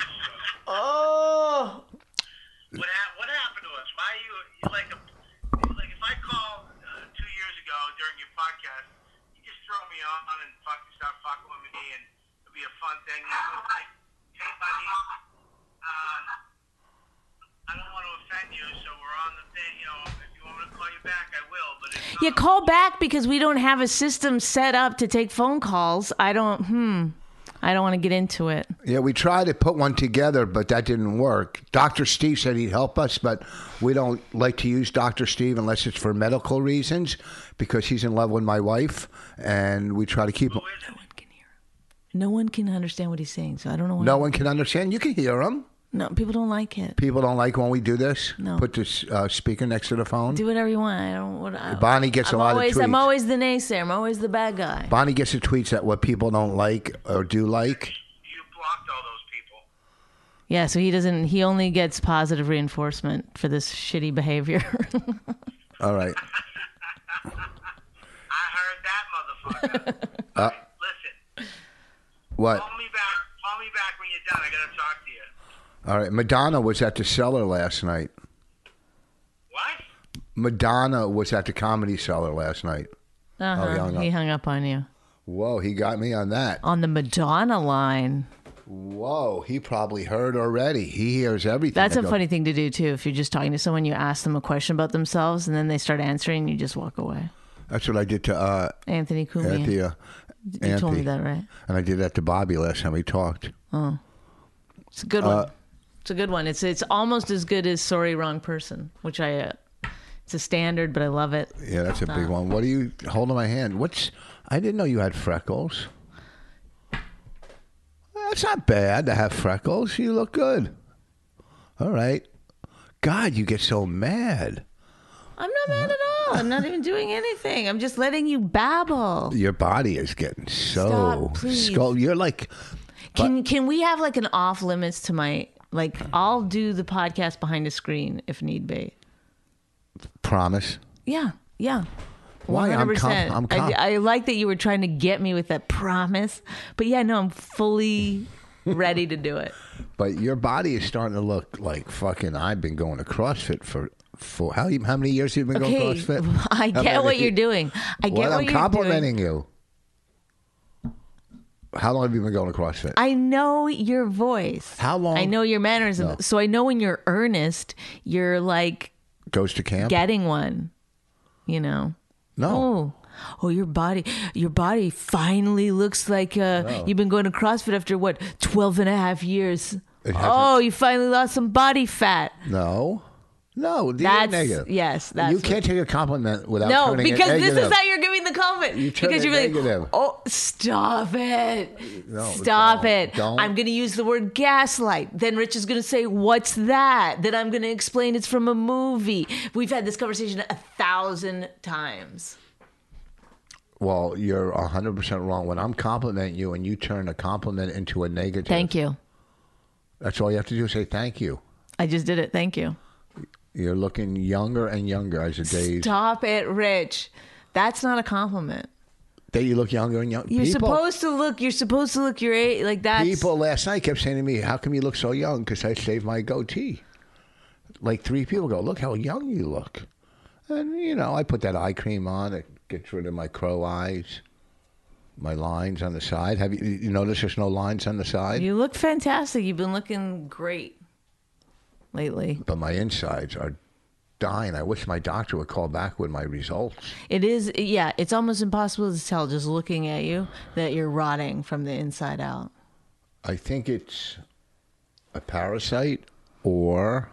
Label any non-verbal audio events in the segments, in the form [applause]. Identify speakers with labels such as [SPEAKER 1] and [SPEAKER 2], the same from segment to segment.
[SPEAKER 1] Oh,
[SPEAKER 2] What hap- What happened to us? Why you you like a like if I called uh, two years ago during your podcast, you just throw me on and fuck start fucking with me and it'll be a fun thing. You know, like, hey buddy, um, I don't want to offend you, so we're on the thing. You know, if you want me to call you back, I will. But it's
[SPEAKER 1] yeah. Call back because we don't have a system set up to take phone calls. I don't. Hmm. I don't want to get into it.
[SPEAKER 3] yeah, we tried to put one together, but that didn't work. Dr. Steve said he'd help us, but we don't like to use Dr. Steve unless it's for medical reasons because he's in love with my wife and we try to keep him.
[SPEAKER 1] No one can hear. Him. No one can understand what he's saying. So I don't know. Why
[SPEAKER 3] No one can understand. You can hear him.
[SPEAKER 1] No, people don't like it.
[SPEAKER 3] People don't like when we do this.
[SPEAKER 1] No.
[SPEAKER 3] Put this uh, speaker next to the phone.
[SPEAKER 1] Do whatever you want. I don't. What, I,
[SPEAKER 3] Bonnie gets a
[SPEAKER 1] I'm
[SPEAKER 3] lot of
[SPEAKER 1] always, I'm
[SPEAKER 3] tweets.
[SPEAKER 1] always the naysayer. I'm always the bad guy.
[SPEAKER 3] Bonnie gets the tweets that what people don't like or do like.
[SPEAKER 2] you blocked all those people.
[SPEAKER 1] Yeah. So he doesn't. He only gets positive reinforcement for this shitty behavior. [laughs]
[SPEAKER 3] Oh, All right.
[SPEAKER 2] I heard that motherfucker. Listen,
[SPEAKER 3] What?
[SPEAKER 2] call me back. Call me back when you're done. I gotta talk to you.
[SPEAKER 3] All right. Madonna was at the cellar last night.
[SPEAKER 2] What?
[SPEAKER 3] Madonna was at the comedy cellar last night.
[SPEAKER 1] Uh-huh.
[SPEAKER 3] he hung
[SPEAKER 1] he
[SPEAKER 3] up.
[SPEAKER 1] hung up on you
[SPEAKER 3] Whoa, he got me on that.
[SPEAKER 1] on the Madonna line.
[SPEAKER 3] Whoa, he probably heard already. He hears everything.
[SPEAKER 1] That's
[SPEAKER 3] I
[SPEAKER 1] a
[SPEAKER 3] go,
[SPEAKER 1] funny thing to do too. If you're just talking to someone, you ask them a question about themselves, and then they start answering, you just walk away.
[SPEAKER 3] That's what I did to uh,
[SPEAKER 1] Anthony Kumi,
[SPEAKER 3] Anthea.
[SPEAKER 1] you told me that right?
[SPEAKER 3] And I did that to Bobby last time we talked.
[SPEAKER 1] It's a good one. It's a good one. It's it's almost as good as "Sorry, Wrong Person," which I uh, it's a standard, but I love it.
[SPEAKER 3] Yeah, that's a
[SPEAKER 1] Uh-huh.
[SPEAKER 3] big one. What do you hold in my hand? What's I didn't know you had freckles. That's not bad to have freckles. You look good. All right. God, you get so mad.
[SPEAKER 1] I'm not mad at all. I'm not even doing anything. I'm just letting you babble.
[SPEAKER 3] Your body is getting so
[SPEAKER 1] Stop, please.
[SPEAKER 3] skull. You're like
[SPEAKER 1] Can can we have like an off limits to my like? I'll do the podcast behind a screen if need be.
[SPEAKER 3] promise.
[SPEAKER 1] Yeah, yeah.
[SPEAKER 3] Why I'm com-
[SPEAKER 1] 100%.
[SPEAKER 3] I'm com-
[SPEAKER 1] I, I like that you were trying to get me with that promise, but yeah, no,
[SPEAKER 3] [laughs]
[SPEAKER 1] I'm fully ready to do it.
[SPEAKER 3] But your body is starting to look like fucking. I've been going to CrossFit for for how how many years you've been
[SPEAKER 1] Okay,
[SPEAKER 3] going to CrossFit?
[SPEAKER 1] [laughs] I
[SPEAKER 3] How many-
[SPEAKER 1] get what you're doing. I get
[SPEAKER 3] Well,
[SPEAKER 1] what
[SPEAKER 3] I'm
[SPEAKER 1] you're doing.
[SPEAKER 3] complimenting you. How long have you been going to CrossFit?
[SPEAKER 1] I know your voice.
[SPEAKER 3] How long-
[SPEAKER 1] I know your mannerism.
[SPEAKER 3] No.
[SPEAKER 1] So I know when you're earnest, you're like
[SPEAKER 3] Goes to camp.
[SPEAKER 1] getting one. You know,
[SPEAKER 3] No.
[SPEAKER 1] Oh, oh, your body, your body finally looks like uh, you've been going to CrossFit after what 12 and a half years.
[SPEAKER 3] It hasn't-
[SPEAKER 1] Oh, you finally lost some body fat.
[SPEAKER 3] No. No. The
[SPEAKER 1] That's
[SPEAKER 3] negative.
[SPEAKER 1] yes. That's
[SPEAKER 3] you can't take a compliment without
[SPEAKER 1] No,
[SPEAKER 3] turning it
[SPEAKER 1] because this is
[SPEAKER 3] negative.
[SPEAKER 1] how you're giving the comment.
[SPEAKER 3] You turn
[SPEAKER 1] because
[SPEAKER 3] it
[SPEAKER 1] you're like,
[SPEAKER 3] negative.
[SPEAKER 1] oh, stop it,
[SPEAKER 3] No,
[SPEAKER 1] stop
[SPEAKER 3] don't,
[SPEAKER 1] it.
[SPEAKER 3] don't.
[SPEAKER 1] I'm going to use the word gaslight. Then Rich is going to say, "What's that?" Then I'm going to explain it's from a movie. We've had this conversation a thousand times.
[SPEAKER 3] Well, you're 100% wrong. When I'm complimenting you and you turn a compliment into a negative,
[SPEAKER 1] Thank you.
[SPEAKER 3] that's all you have to do is say thank you.
[SPEAKER 1] I just did it. Thank you.
[SPEAKER 3] You're looking younger and younger as the days.
[SPEAKER 1] Stop it, Rich. That's not a compliment.
[SPEAKER 3] That you look younger and younger.
[SPEAKER 1] You're
[SPEAKER 3] people,
[SPEAKER 1] supposed to look. You're supposed to look your age. Like that.
[SPEAKER 3] people last night kept saying to me, "How come you look so young?" Because I shaved my goatee. Like three people go, "Look how young you look," and you know I put that eye cream on. It gets rid of my crow eyes, my lines on the side. Have you, you noticed there's no lines on the side?
[SPEAKER 1] You look fantastic. You've been looking great lately.
[SPEAKER 3] but my insides are dying. I wish my doctor would call back with my results.
[SPEAKER 1] It is, yeah, it's almost impossible to tell just looking at you that you're rotting from the inside out.
[SPEAKER 3] I think it's a parasite or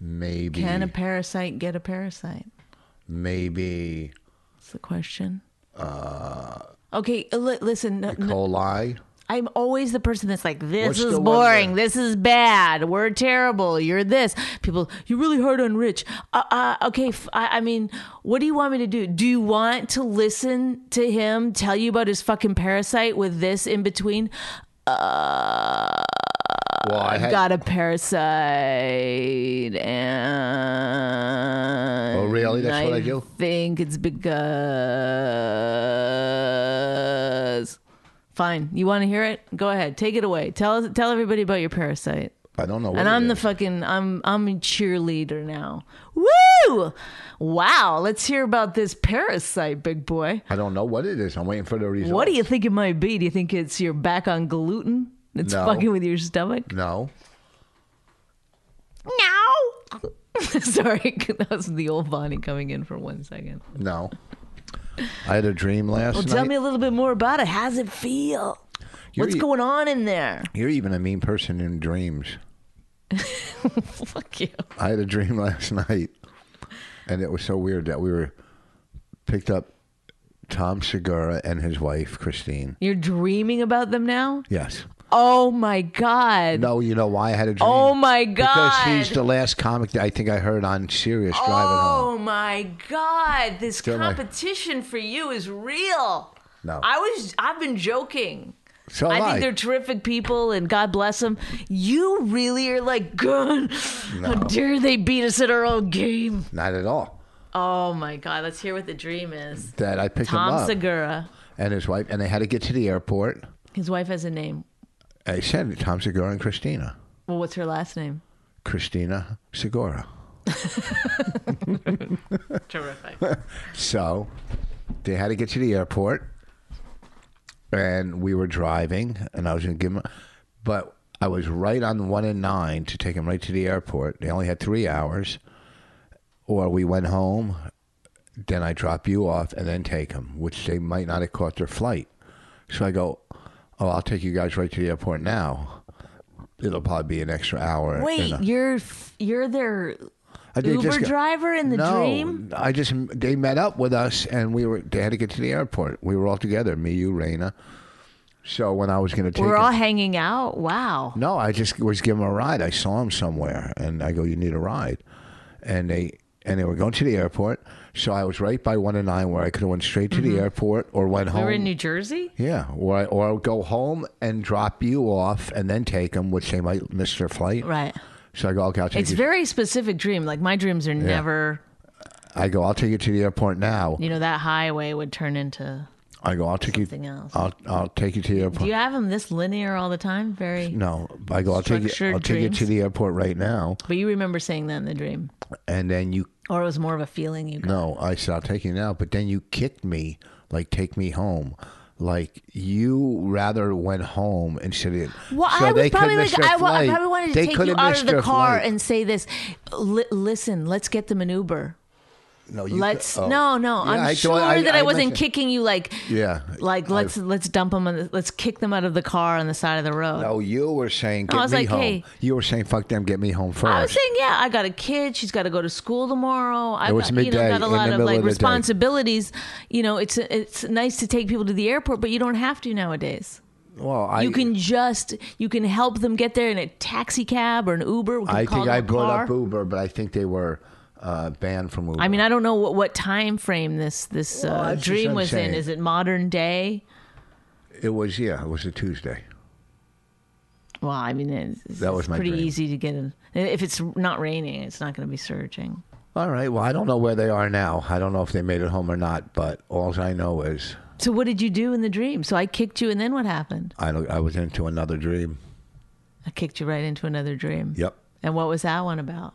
[SPEAKER 3] maybe
[SPEAKER 1] Can a parasite get a parasite?
[SPEAKER 3] maybe
[SPEAKER 1] That's the question. Uh, okay, li- listen, no,
[SPEAKER 3] E.
[SPEAKER 1] no,
[SPEAKER 3] coli.
[SPEAKER 1] I'm always the person that's like, this
[SPEAKER 3] What's
[SPEAKER 1] is
[SPEAKER 3] the one
[SPEAKER 1] boring.
[SPEAKER 3] that-
[SPEAKER 1] This is bad. We're terrible. You're this. People, you're really hard on Rich. Uh, uh, okay, f- I, I mean, what do you want me to do? Do you want to listen to him tell you about his fucking parasite with this in between? Uh,
[SPEAKER 3] Well, I had,
[SPEAKER 1] got a parasite and
[SPEAKER 3] Oh, really? That's what I do?
[SPEAKER 1] think it's because fine you want to hear it go ahead take it away tell us tell everybody about your parasite
[SPEAKER 3] I don't know. What
[SPEAKER 1] and
[SPEAKER 3] it
[SPEAKER 1] i'm the
[SPEAKER 3] is.
[SPEAKER 1] fucking i'm i'm a cheerleader now woo wow let's hear about this parasite big boy
[SPEAKER 3] I don't know what it is. I'm waiting for the results.
[SPEAKER 1] what do you think it might be do you think it's your back on gluten it's
[SPEAKER 3] No.
[SPEAKER 1] fucking with your stomach
[SPEAKER 3] No.
[SPEAKER 1] No. [laughs] Sorry, that was the old Bonnie coming in for one second.
[SPEAKER 3] No. I had a dream last
[SPEAKER 1] Well,
[SPEAKER 3] night.
[SPEAKER 1] tell me a little bit more about it. How's it feel?
[SPEAKER 3] You're
[SPEAKER 1] What's
[SPEAKER 3] e-
[SPEAKER 1] going on in there?
[SPEAKER 3] You're even a mean person in dreams.
[SPEAKER 1] [laughs] Fuck you.
[SPEAKER 3] I had a dream [laughs] last night, and it was so weird that we were picked up Tom Segura and his wife Christine.
[SPEAKER 1] You're dreaming about them now?
[SPEAKER 3] Yes.
[SPEAKER 1] Oh my god.
[SPEAKER 3] No, you know why I had a dream.
[SPEAKER 1] Oh, my
[SPEAKER 3] Because he's
[SPEAKER 1] God.
[SPEAKER 3] the last comic that I think I heard on Sirius driving home.
[SPEAKER 1] Oh my god. This
[SPEAKER 3] Still my-
[SPEAKER 1] competition for you is real.
[SPEAKER 3] No.
[SPEAKER 1] I was I've been joking.
[SPEAKER 3] So
[SPEAKER 1] I
[SPEAKER 3] have
[SPEAKER 1] think
[SPEAKER 3] I.
[SPEAKER 1] they're terrific people and God bless them. You really are like, God, how dare they beat us at our own game.
[SPEAKER 3] Not at all.
[SPEAKER 1] Oh my God, let's hear what the dream is.
[SPEAKER 3] That I picked him
[SPEAKER 1] Tom
[SPEAKER 3] up
[SPEAKER 1] Segura.
[SPEAKER 3] and his wife, and they had to get to the airport.
[SPEAKER 1] His wife has a name.
[SPEAKER 3] I said Tom Segura and Christina.
[SPEAKER 1] Well, what's her last name?
[SPEAKER 3] Christina Segura.
[SPEAKER 1] [laughs] Terrific.
[SPEAKER 3] So they had to get to the airport, and we were driving, and I was going to give him, but I was right on one and nine to take him right to the airport. They only had three hours, or we went home. Then I drop you off and then take him, which they might not have caught their flight. So I go, oh, I'll take you guys right to the airport now. It'll probably be an extra hour.
[SPEAKER 1] Wait,
[SPEAKER 3] and a-
[SPEAKER 1] you're f- you're their
[SPEAKER 3] I did
[SPEAKER 1] Uber
[SPEAKER 3] just go-
[SPEAKER 1] driver in the
[SPEAKER 3] no,
[SPEAKER 1] dream?
[SPEAKER 3] I just they met up with us and we were they had to get to the airport. We were all together, me, you, Raina. So when I was going to take
[SPEAKER 1] We're
[SPEAKER 3] him-
[SPEAKER 1] all hanging out. Wow.
[SPEAKER 3] no, I just was giving him a ride. I saw him somewhere, and I go, "You need a ride," and they and they were going to the airport. So I was right by one and nine, where I could have went straight to the airport or went
[SPEAKER 1] Mm-hmm. We
[SPEAKER 3] home.
[SPEAKER 1] were in New Jersey?
[SPEAKER 3] yeah, or I, or I'll go home and drop you off and then take him, which they might miss their flight.
[SPEAKER 1] Right.
[SPEAKER 3] So I go, "Okay, I'll take
[SPEAKER 1] It's
[SPEAKER 3] you."
[SPEAKER 1] very specific dream. Like my dreams are never,
[SPEAKER 3] I go, "I'll take you to the airport now."
[SPEAKER 1] you know, that highway would turn into.
[SPEAKER 3] I go, I'll take
[SPEAKER 1] Something
[SPEAKER 3] you.
[SPEAKER 1] else.
[SPEAKER 3] I'll I'll take you to the
[SPEAKER 1] Do
[SPEAKER 3] airport.
[SPEAKER 1] you have them this linear all the time? Very.
[SPEAKER 3] no, I go. I'll take you.
[SPEAKER 1] Structured
[SPEAKER 3] I'll take you to
[SPEAKER 1] dreams?
[SPEAKER 3] the airport right now,
[SPEAKER 1] But you remember saying that in the dream,
[SPEAKER 3] and then you.
[SPEAKER 1] or it was more of a feeling you got.
[SPEAKER 3] No, I said I'll take you now, but then you kicked me like take me home, like you rather went home instead of.
[SPEAKER 1] Well,
[SPEAKER 3] so
[SPEAKER 1] I
[SPEAKER 3] they
[SPEAKER 1] was
[SPEAKER 3] could
[SPEAKER 1] probably
[SPEAKER 3] miss
[SPEAKER 1] like,
[SPEAKER 3] their
[SPEAKER 1] I, wa- I
[SPEAKER 3] flight.
[SPEAKER 1] probably wanted to
[SPEAKER 3] They
[SPEAKER 1] take
[SPEAKER 3] could
[SPEAKER 1] you
[SPEAKER 3] have
[SPEAKER 1] out
[SPEAKER 3] missed
[SPEAKER 1] of the
[SPEAKER 3] their
[SPEAKER 1] car
[SPEAKER 3] flight.
[SPEAKER 1] and say this. Li- listen, let's get the maneuver.
[SPEAKER 3] No, you.
[SPEAKER 1] Let's
[SPEAKER 3] oh.
[SPEAKER 1] no, no.
[SPEAKER 3] Yeah,
[SPEAKER 1] I'm
[SPEAKER 3] I
[SPEAKER 1] sure
[SPEAKER 3] thought- I-
[SPEAKER 1] that
[SPEAKER 3] I
[SPEAKER 1] I, wasn't
[SPEAKER 3] mentioned-
[SPEAKER 1] kicking you like,
[SPEAKER 3] Yeah,
[SPEAKER 1] like
[SPEAKER 3] I-
[SPEAKER 1] let's let's dump them on. The, let's kick them out of the car on the side of the road.
[SPEAKER 3] No, you were saying get
[SPEAKER 1] I was
[SPEAKER 3] me
[SPEAKER 1] like,
[SPEAKER 3] home.
[SPEAKER 1] hey.
[SPEAKER 3] You were saying fuck them, get me home first.
[SPEAKER 1] I was saying, yeah, I got a kid. She's got to go to school tomorrow. I
[SPEAKER 3] It was
[SPEAKER 1] got, you know,
[SPEAKER 3] midday,
[SPEAKER 1] got a
[SPEAKER 3] in
[SPEAKER 1] lot
[SPEAKER 3] the
[SPEAKER 1] of
[SPEAKER 3] middle
[SPEAKER 1] like
[SPEAKER 3] of the day.
[SPEAKER 1] responsibilities. You know, it's it's nice to take people to the airport, but you don't have to nowadays.
[SPEAKER 3] well, I
[SPEAKER 1] you can just you can help them get there in a taxi cab or an Uber. We can
[SPEAKER 3] I
[SPEAKER 1] call
[SPEAKER 3] think
[SPEAKER 1] them
[SPEAKER 3] I
[SPEAKER 1] a
[SPEAKER 3] brought
[SPEAKER 1] car.
[SPEAKER 3] up Uber, but I think they were uh, banned from Uber.
[SPEAKER 1] I mean, I don't know what, what time frame this this
[SPEAKER 3] Well,
[SPEAKER 1] uh,
[SPEAKER 3] that's just what
[SPEAKER 1] dream
[SPEAKER 3] I'm
[SPEAKER 1] was
[SPEAKER 3] saying.
[SPEAKER 1] in. Is it modern day?
[SPEAKER 3] it was yeah, it was a Tuesday.
[SPEAKER 1] Well, I mean, it's, it's
[SPEAKER 3] That was my
[SPEAKER 1] pretty
[SPEAKER 3] dream.
[SPEAKER 1] easy to get in. If it's not raining, it's not going to be surging.
[SPEAKER 3] All right. Well, I don't know where they are now. I don't know if they made it home or not, but all I know is
[SPEAKER 1] So, what did you do in the dream? So, I kicked you, and then what happened?
[SPEAKER 3] I don't- I was into another dream.
[SPEAKER 1] I kicked you right into another dream.
[SPEAKER 3] Yep. Uh,
[SPEAKER 1] And what was that one about?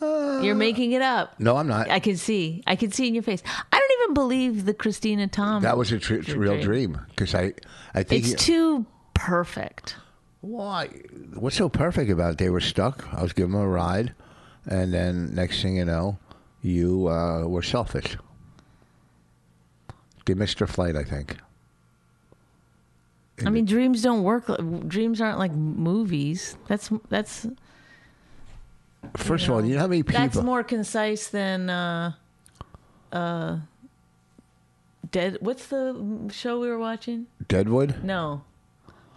[SPEAKER 1] You're making it up.
[SPEAKER 3] No, I'm not.
[SPEAKER 1] I can see. I can see in your face. I don't even believe the Christina Tom.
[SPEAKER 3] that was a tr-
[SPEAKER 1] Your
[SPEAKER 3] real
[SPEAKER 1] dream.
[SPEAKER 3] dream because I I think
[SPEAKER 1] It's
[SPEAKER 3] you-
[SPEAKER 1] too perfect.
[SPEAKER 3] Why? What's so perfect about it? They were stuck. I was giving them a ride, and then next thing you know, you uh, were selfish. They missed their flight, I think.
[SPEAKER 1] I mean, dreams don't work. li- Dreams aren't like movies. That's that's
[SPEAKER 3] First of all, you know how many people?
[SPEAKER 1] that's more concise than uh, uh, dead. What's the show we were watching?
[SPEAKER 3] Deadwood.
[SPEAKER 1] No.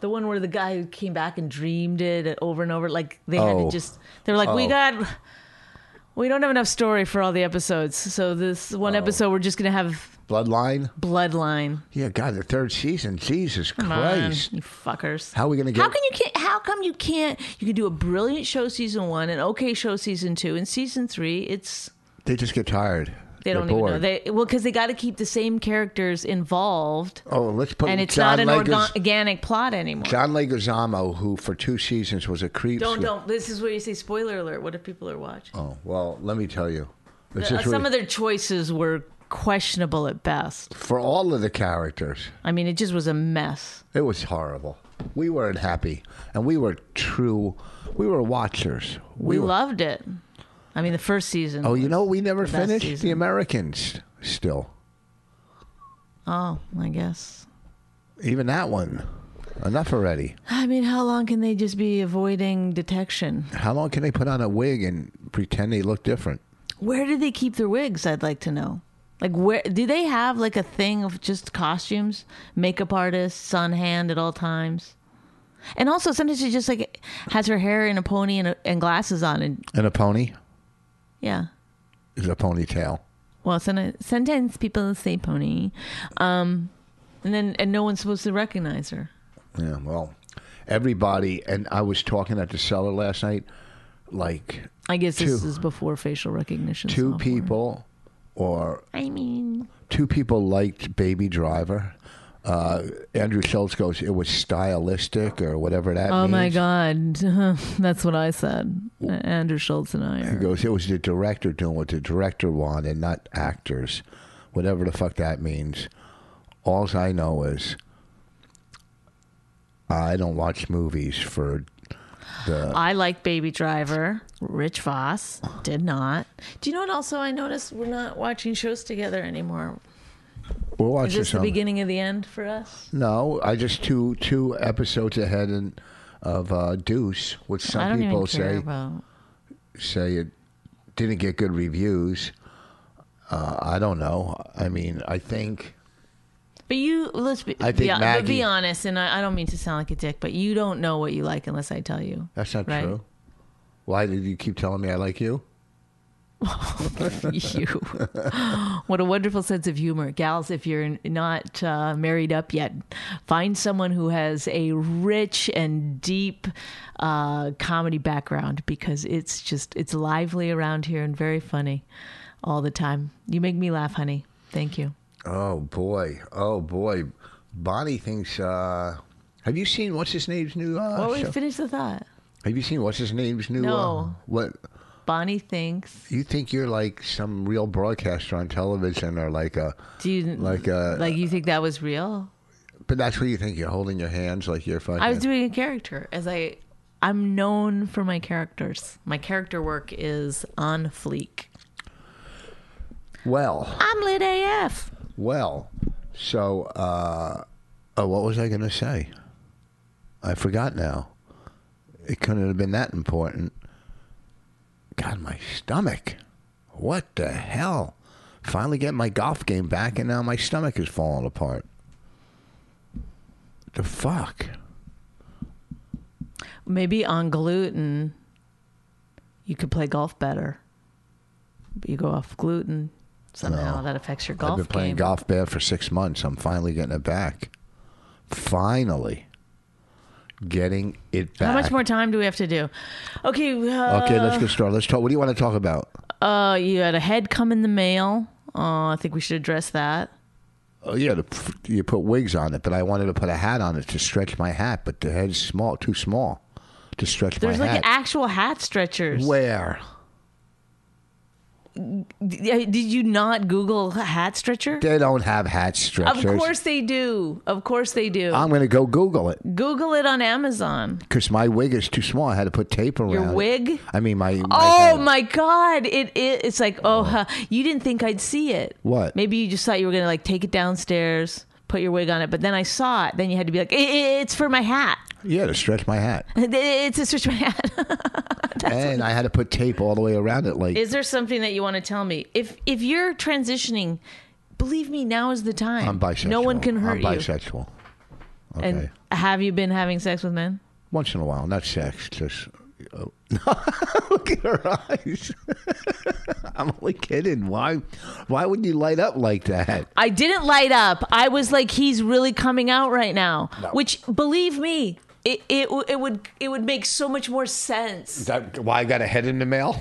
[SPEAKER 1] The one where the guy who came back and dreamed it over and over, like they had
[SPEAKER 3] Oh.
[SPEAKER 1] to just they were like, We
[SPEAKER 3] Oh.
[SPEAKER 1] got we don't have enough story for all the episodes. So this one
[SPEAKER 3] Oh.
[SPEAKER 1] episode we're just gonna have
[SPEAKER 3] Bloodline.
[SPEAKER 1] bloodline.
[SPEAKER 3] Yeah, God, the third season. Jesus
[SPEAKER 1] Come on,
[SPEAKER 3] Christ.
[SPEAKER 1] you fuckers.
[SPEAKER 3] How are we gonna
[SPEAKER 1] How
[SPEAKER 3] get-
[SPEAKER 1] can you can't how come you can't you can do a brilliant show season one and okay show season two and season three it's
[SPEAKER 3] They just get tired.
[SPEAKER 1] they
[SPEAKER 3] They're
[SPEAKER 1] don't
[SPEAKER 3] bored.
[SPEAKER 1] even know they well because they got to keep the same characters involved
[SPEAKER 3] Oh, let's put
[SPEAKER 1] and it's
[SPEAKER 3] John
[SPEAKER 1] not an
[SPEAKER 3] Leguiz-
[SPEAKER 1] organ- organic plot anymore
[SPEAKER 3] John Leguizamo, who for two seasons was a creep.
[SPEAKER 1] Don't don't. This is where you say spoiler alert. What if people are watching?
[SPEAKER 3] Oh well, let me tell you. This
[SPEAKER 1] Uh,
[SPEAKER 3] is really-
[SPEAKER 1] Some of their choices were questionable at best.
[SPEAKER 3] for all of the characters.
[SPEAKER 1] I mean, it just was a mess.
[SPEAKER 3] It was horrible. We weren't happy, and we were true. We were watchers.
[SPEAKER 1] We,
[SPEAKER 3] were-
[SPEAKER 1] loved it. I mean, the first season.
[SPEAKER 3] Oh, you know, we never
[SPEAKER 1] best
[SPEAKER 3] finished
[SPEAKER 1] season.
[SPEAKER 3] the Americans. Still,
[SPEAKER 1] Oh, I guess.
[SPEAKER 3] even that one. Enough already.
[SPEAKER 1] I mean, how long can they just be avoiding detection?
[SPEAKER 3] How long can they put on a wig and pretend they look different?
[SPEAKER 1] Where do they keep their wigs? I'd like to know. Like, where do they have like a thing of just costumes, makeup artists on hand at all times? And also, sometimes she just like has her hair in a pony and, uh, and glasses on, and
[SPEAKER 3] And a pony
[SPEAKER 1] yeah.
[SPEAKER 3] is a ponytail.
[SPEAKER 1] Well, sometimes, sometimes people say pony, um, and then and no one's supposed to recognize her.
[SPEAKER 3] Yeah, well, everybody. And I was talking at the cellar last night. Like
[SPEAKER 1] I guess this
[SPEAKER 3] Two.
[SPEAKER 1] is before facial recognition.
[SPEAKER 3] two
[SPEAKER 1] software.
[SPEAKER 3] people, or
[SPEAKER 1] I mean,
[SPEAKER 3] two people liked Baby Driver. Uh, Andrew Schultz goes, it was stylistic or whatever that
[SPEAKER 1] oh
[SPEAKER 3] means.
[SPEAKER 1] my god, [laughs] that's what I said. Andrew Schultz and I.
[SPEAKER 3] He
[SPEAKER 1] Are.
[SPEAKER 3] goes, it was the director doing what the director wanted, not actors, whatever the fuck that means. All I know is I don't watch movies for the.
[SPEAKER 1] I like Baby Driver. Rich Voss did not. Do you know what? Also, I noticed we're not watching shows together anymore.
[SPEAKER 3] We're
[SPEAKER 1] Is
[SPEAKER 3] watching
[SPEAKER 1] this the
[SPEAKER 3] some.
[SPEAKER 1] beginning of the end for us?
[SPEAKER 3] No, I just two two episodes ahead and of uh, Deuce, which some
[SPEAKER 1] I don't
[SPEAKER 3] people
[SPEAKER 1] even care
[SPEAKER 3] say
[SPEAKER 1] about.
[SPEAKER 3] say it didn't get good reviews. Uh, I don't know. I mean, I think
[SPEAKER 1] But you let's be,
[SPEAKER 3] I think
[SPEAKER 1] be, but
[SPEAKER 3] Maggie-
[SPEAKER 1] be honest, and I, I don't mean to sound like a dick, but you don't know what you like unless I
[SPEAKER 3] [laughs]
[SPEAKER 1] tell you.
[SPEAKER 3] that's not
[SPEAKER 1] Right.
[SPEAKER 3] true. Why did you keep telling me I like you?
[SPEAKER 1] you. [gasps] what a wonderful sense of humor, gals! If you're not uh, married up yet, find someone who has a rich and deep uh, comedy background because it's just it's lively around here and very funny all the time. You make me laugh, honey. Thank you.
[SPEAKER 3] Oh boy, oh boy, Bonnie thinks. Uh, have you seen what's his name's new? Uh,
[SPEAKER 1] Well, we
[SPEAKER 3] show?
[SPEAKER 1] Oh, finish the thought.
[SPEAKER 3] Have you seen what's his name's new? Uh,
[SPEAKER 1] No.
[SPEAKER 3] what
[SPEAKER 1] Bonnie thinks.
[SPEAKER 3] you think you're like some real broadcaster on television or like a
[SPEAKER 1] Do you
[SPEAKER 3] like uh, a
[SPEAKER 1] like you think that was real?
[SPEAKER 3] But that's what you think. You're holding your hands like you're fucking.
[SPEAKER 1] I was doing a character as I I'm known for my characters. My character work is on fleek.
[SPEAKER 3] Well,
[SPEAKER 1] I'm lit AF.
[SPEAKER 3] well. So, uh, oh, what was I going to say? I forgot now. It couldn't have been that important. God, my stomach. What the hell? Finally get my golf game back, and now my stomach is falling apart. The fuck?
[SPEAKER 1] Maybe on gluten, you could play golf better. But you go off gluten. Somehow that affects your golf
[SPEAKER 3] I've been playing
[SPEAKER 1] game.
[SPEAKER 3] golf bad for six months. I'm finally getting it back. Finally, getting it back.
[SPEAKER 1] How much more time do we have to do? Okay. Uh,
[SPEAKER 3] Okay, let's get started. Let's talk. What do you want to talk about?
[SPEAKER 1] uh, you had a head come in the mail. Uh, I think we should address that.
[SPEAKER 3] Oh yeah, the, you put wigs on it, but I wanted to put a hat on it to stretch my hat, but the head's small, too small to stretch
[SPEAKER 1] There's
[SPEAKER 3] my
[SPEAKER 1] like
[SPEAKER 3] hat.
[SPEAKER 1] actual hat stretchers.
[SPEAKER 3] Where?
[SPEAKER 1] D- uh, Did you not Google hat stretcher?
[SPEAKER 3] They don't have hat
[SPEAKER 1] Of
[SPEAKER 3] stretchers.
[SPEAKER 1] course they do. Of course they do.
[SPEAKER 3] I'm going to go Google it
[SPEAKER 1] Google it on Amazon.
[SPEAKER 3] because my wig is too small. I had to put tape around
[SPEAKER 1] Your
[SPEAKER 3] it.
[SPEAKER 1] wig?
[SPEAKER 3] I mean, my. my
[SPEAKER 1] Oh
[SPEAKER 3] head.
[SPEAKER 1] my God! It, it it's like oh, huh, you didn't think I'd see it.
[SPEAKER 3] What?
[SPEAKER 1] Maybe you just thought you were gonna like take it downstairs, put your wig on it, but then I saw it. Then you had to be like, "I- I- it's for my hat. [laughs]
[SPEAKER 3] Yeah, to stretch my hat,
[SPEAKER 1] It's to switch my [laughs] hat.
[SPEAKER 3] and I had to put tape all the way around it. Like,
[SPEAKER 1] Is there something that you want to tell me? If if you're transitioning, believe me, now is the time.
[SPEAKER 3] I'm bisexual.
[SPEAKER 1] No one can hurt
[SPEAKER 3] I'm
[SPEAKER 1] you.
[SPEAKER 3] bisexual. Okay.
[SPEAKER 1] And have you been having sex with men?
[SPEAKER 3] Once in a while, not sex, just. oh. [laughs] Look at her eyes. [laughs] I'm only kidding. Why? Why would you light up like that?
[SPEAKER 1] I didn't light up. I was like, he's really coming out right now. Which, believe me, it, it w- it would it would make so much more sense.
[SPEAKER 3] that why I got a head in the mail?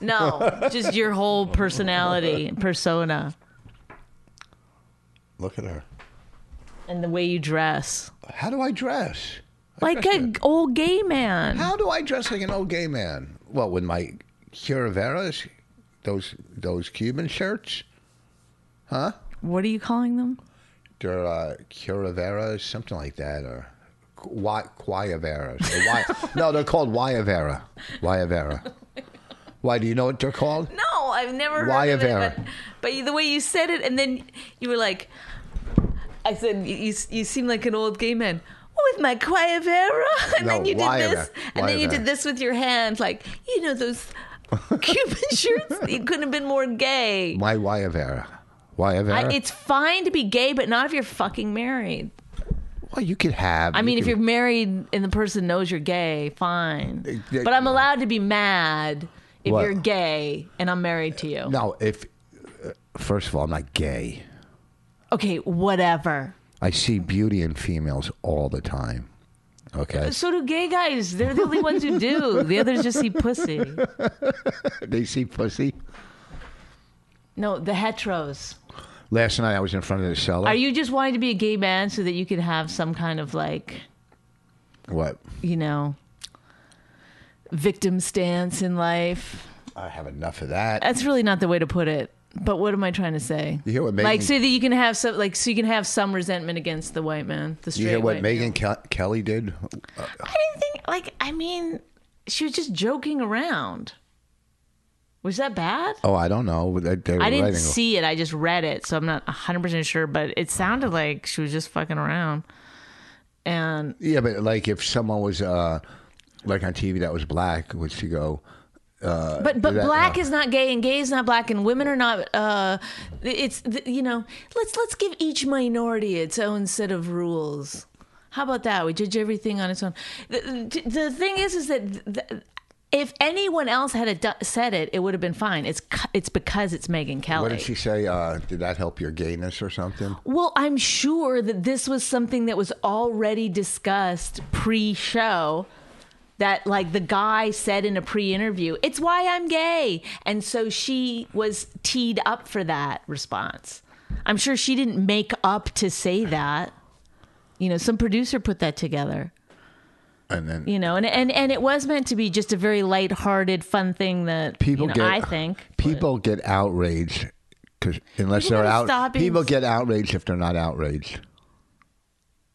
[SPEAKER 1] No, just your whole personality, persona,
[SPEAKER 3] Look at her.
[SPEAKER 1] and the way you dress,
[SPEAKER 3] How do I dress?
[SPEAKER 1] like a g- old gay man.
[SPEAKER 3] How do I dress like an old gay man? Well, with my curaveras, those those Cuban shirts.
[SPEAKER 1] What are you calling them?
[SPEAKER 3] They're uh, curaveras, something like that, or Wy- guayaveras. Or Wy- no, they're called guayavera. Guayavera. Why do you know what they're called?
[SPEAKER 1] No, I've never heard
[SPEAKER 3] Why
[SPEAKER 1] of
[SPEAKER 3] Avera?
[SPEAKER 1] it. But, but you- the way you said it, and then you were like, I said, you, you, you seem like an old gay man. Oh, With my Quayavera. [laughs] And
[SPEAKER 3] No,
[SPEAKER 1] then you did
[SPEAKER 3] why
[SPEAKER 1] this.
[SPEAKER 3] Avera?
[SPEAKER 1] And
[SPEAKER 3] Why
[SPEAKER 1] then you did
[SPEAKER 3] Avera?
[SPEAKER 1] this with your hand. Like, you know,
[SPEAKER 3] [laughs]
[SPEAKER 1] those Cuban shirts. You couldn't have been more gay.
[SPEAKER 3] My guayavera. Guayavera.
[SPEAKER 1] I, it's fine to be gay, but not if you're fucking married.
[SPEAKER 3] well, you could have.
[SPEAKER 1] I mean, if
[SPEAKER 3] could-
[SPEAKER 1] you're married and the person knows you're gay, fine.
[SPEAKER 3] they-
[SPEAKER 1] But I'm allowed to be mad if
[SPEAKER 3] Eh, What?
[SPEAKER 1] you're gay and I'm married to you.
[SPEAKER 3] No, if. uh, First of all, I'm not gay.
[SPEAKER 1] Okay, whatever.
[SPEAKER 3] I see beauty in females all the time. Okay.
[SPEAKER 1] So do gay guys. They're the only ones who do. The others just see pussy.
[SPEAKER 3] they see pussy.
[SPEAKER 1] No, the heteros.
[SPEAKER 3] Last night I was in front of the cellar.
[SPEAKER 1] Are you just wanting to be a gay man so that you can have some kind of like,
[SPEAKER 3] What?
[SPEAKER 1] you know, victim stance in life?
[SPEAKER 3] I have enough of that.
[SPEAKER 1] That's really not the way to put it. But what am I trying to say?
[SPEAKER 3] You hear what Megan-
[SPEAKER 1] like so that you can have some like so you can have some resentment against the white man, the straight
[SPEAKER 3] You hear what
[SPEAKER 1] white
[SPEAKER 3] Megan
[SPEAKER 1] man.
[SPEAKER 3] Ke- Kelly did?
[SPEAKER 1] I didn't think like I mean she was just joking around. Was that bad?
[SPEAKER 3] Oh, I don't know. They, they were
[SPEAKER 1] I didn't
[SPEAKER 3] writing-
[SPEAKER 1] see it. I just read it, so I'm not 100 percent sure. But it sounded like she was just fucking around. And
[SPEAKER 3] Yeah, but like if someone was uh like on TV that was black, would she go? uh,
[SPEAKER 1] but but
[SPEAKER 3] that-
[SPEAKER 1] black
[SPEAKER 3] no.
[SPEAKER 1] is not gay, and gay is not black, and women are not. Uh, it's th- you know let's let's give each minority its own set of rules. How about that? We judge everything on its own. The, the- the thing is, is that th- if anyone else had a du- said it, it would have been fine. It's cu- it's because it's Megan Kelly.
[SPEAKER 3] What did she say? Uh, did that help your gayness or something?
[SPEAKER 1] Well, I'm sure that this was something that was already discussed pre show. That, like, the guy said in a pre interview, it's why I'm gay. And so she was teed up for that response. I'm sure she didn't make up to say that. You know, some producer put that together,
[SPEAKER 3] And then
[SPEAKER 1] you know, and, and, and it was meant to be just a very lighthearted, fun thing that
[SPEAKER 3] people
[SPEAKER 1] you know,
[SPEAKER 3] get
[SPEAKER 1] I think.
[SPEAKER 3] [sighs] people get outraged because unless
[SPEAKER 1] People
[SPEAKER 3] they're
[SPEAKER 1] gotta
[SPEAKER 3] out,
[SPEAKER 1] stop being
[SPEAKER 3] people
[SPEAKER 1] s-
[SPEAKER 3] get outraged if they're not outraged.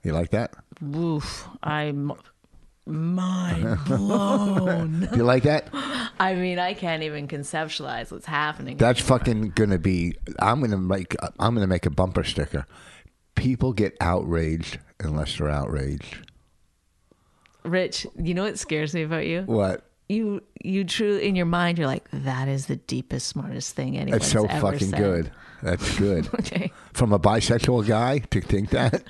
[SPEAKER 3] You like that?
[SPEAKER 1] Oof, I'm
[SPEAKER 3] [laughs]
[SPEAKER 1] mind blown.
[SPEAKER 3] Do you like that?
[SPEAKER 1] I mean, I can't even conceptualize what's happening.
[SPEAKER 3] That's fucking gonna be. I'm gonna make. I'm gonna make a bumper sticker. People get outraged unless they're outraged.
[SPEAKER 1] Rich, you know what scares me about you?
[SPEAKER 3] What?
[SPEAKER 1] You you truly in your mind you're like that is the deepest smartest thing anyone's
[SPEAKER 3] That's so
[SPEAKER 1] ever
[SPEAKER 3] fucking
[SPEAKER 1] said.
[SPEAKER 3] good. That's good.
[SPEAKER 1] [laughs] Okay.
[SPEAKER 3] From a bisexual guy to think
[SPEAKER 1] [laughs]
[SPEAKER 3] that.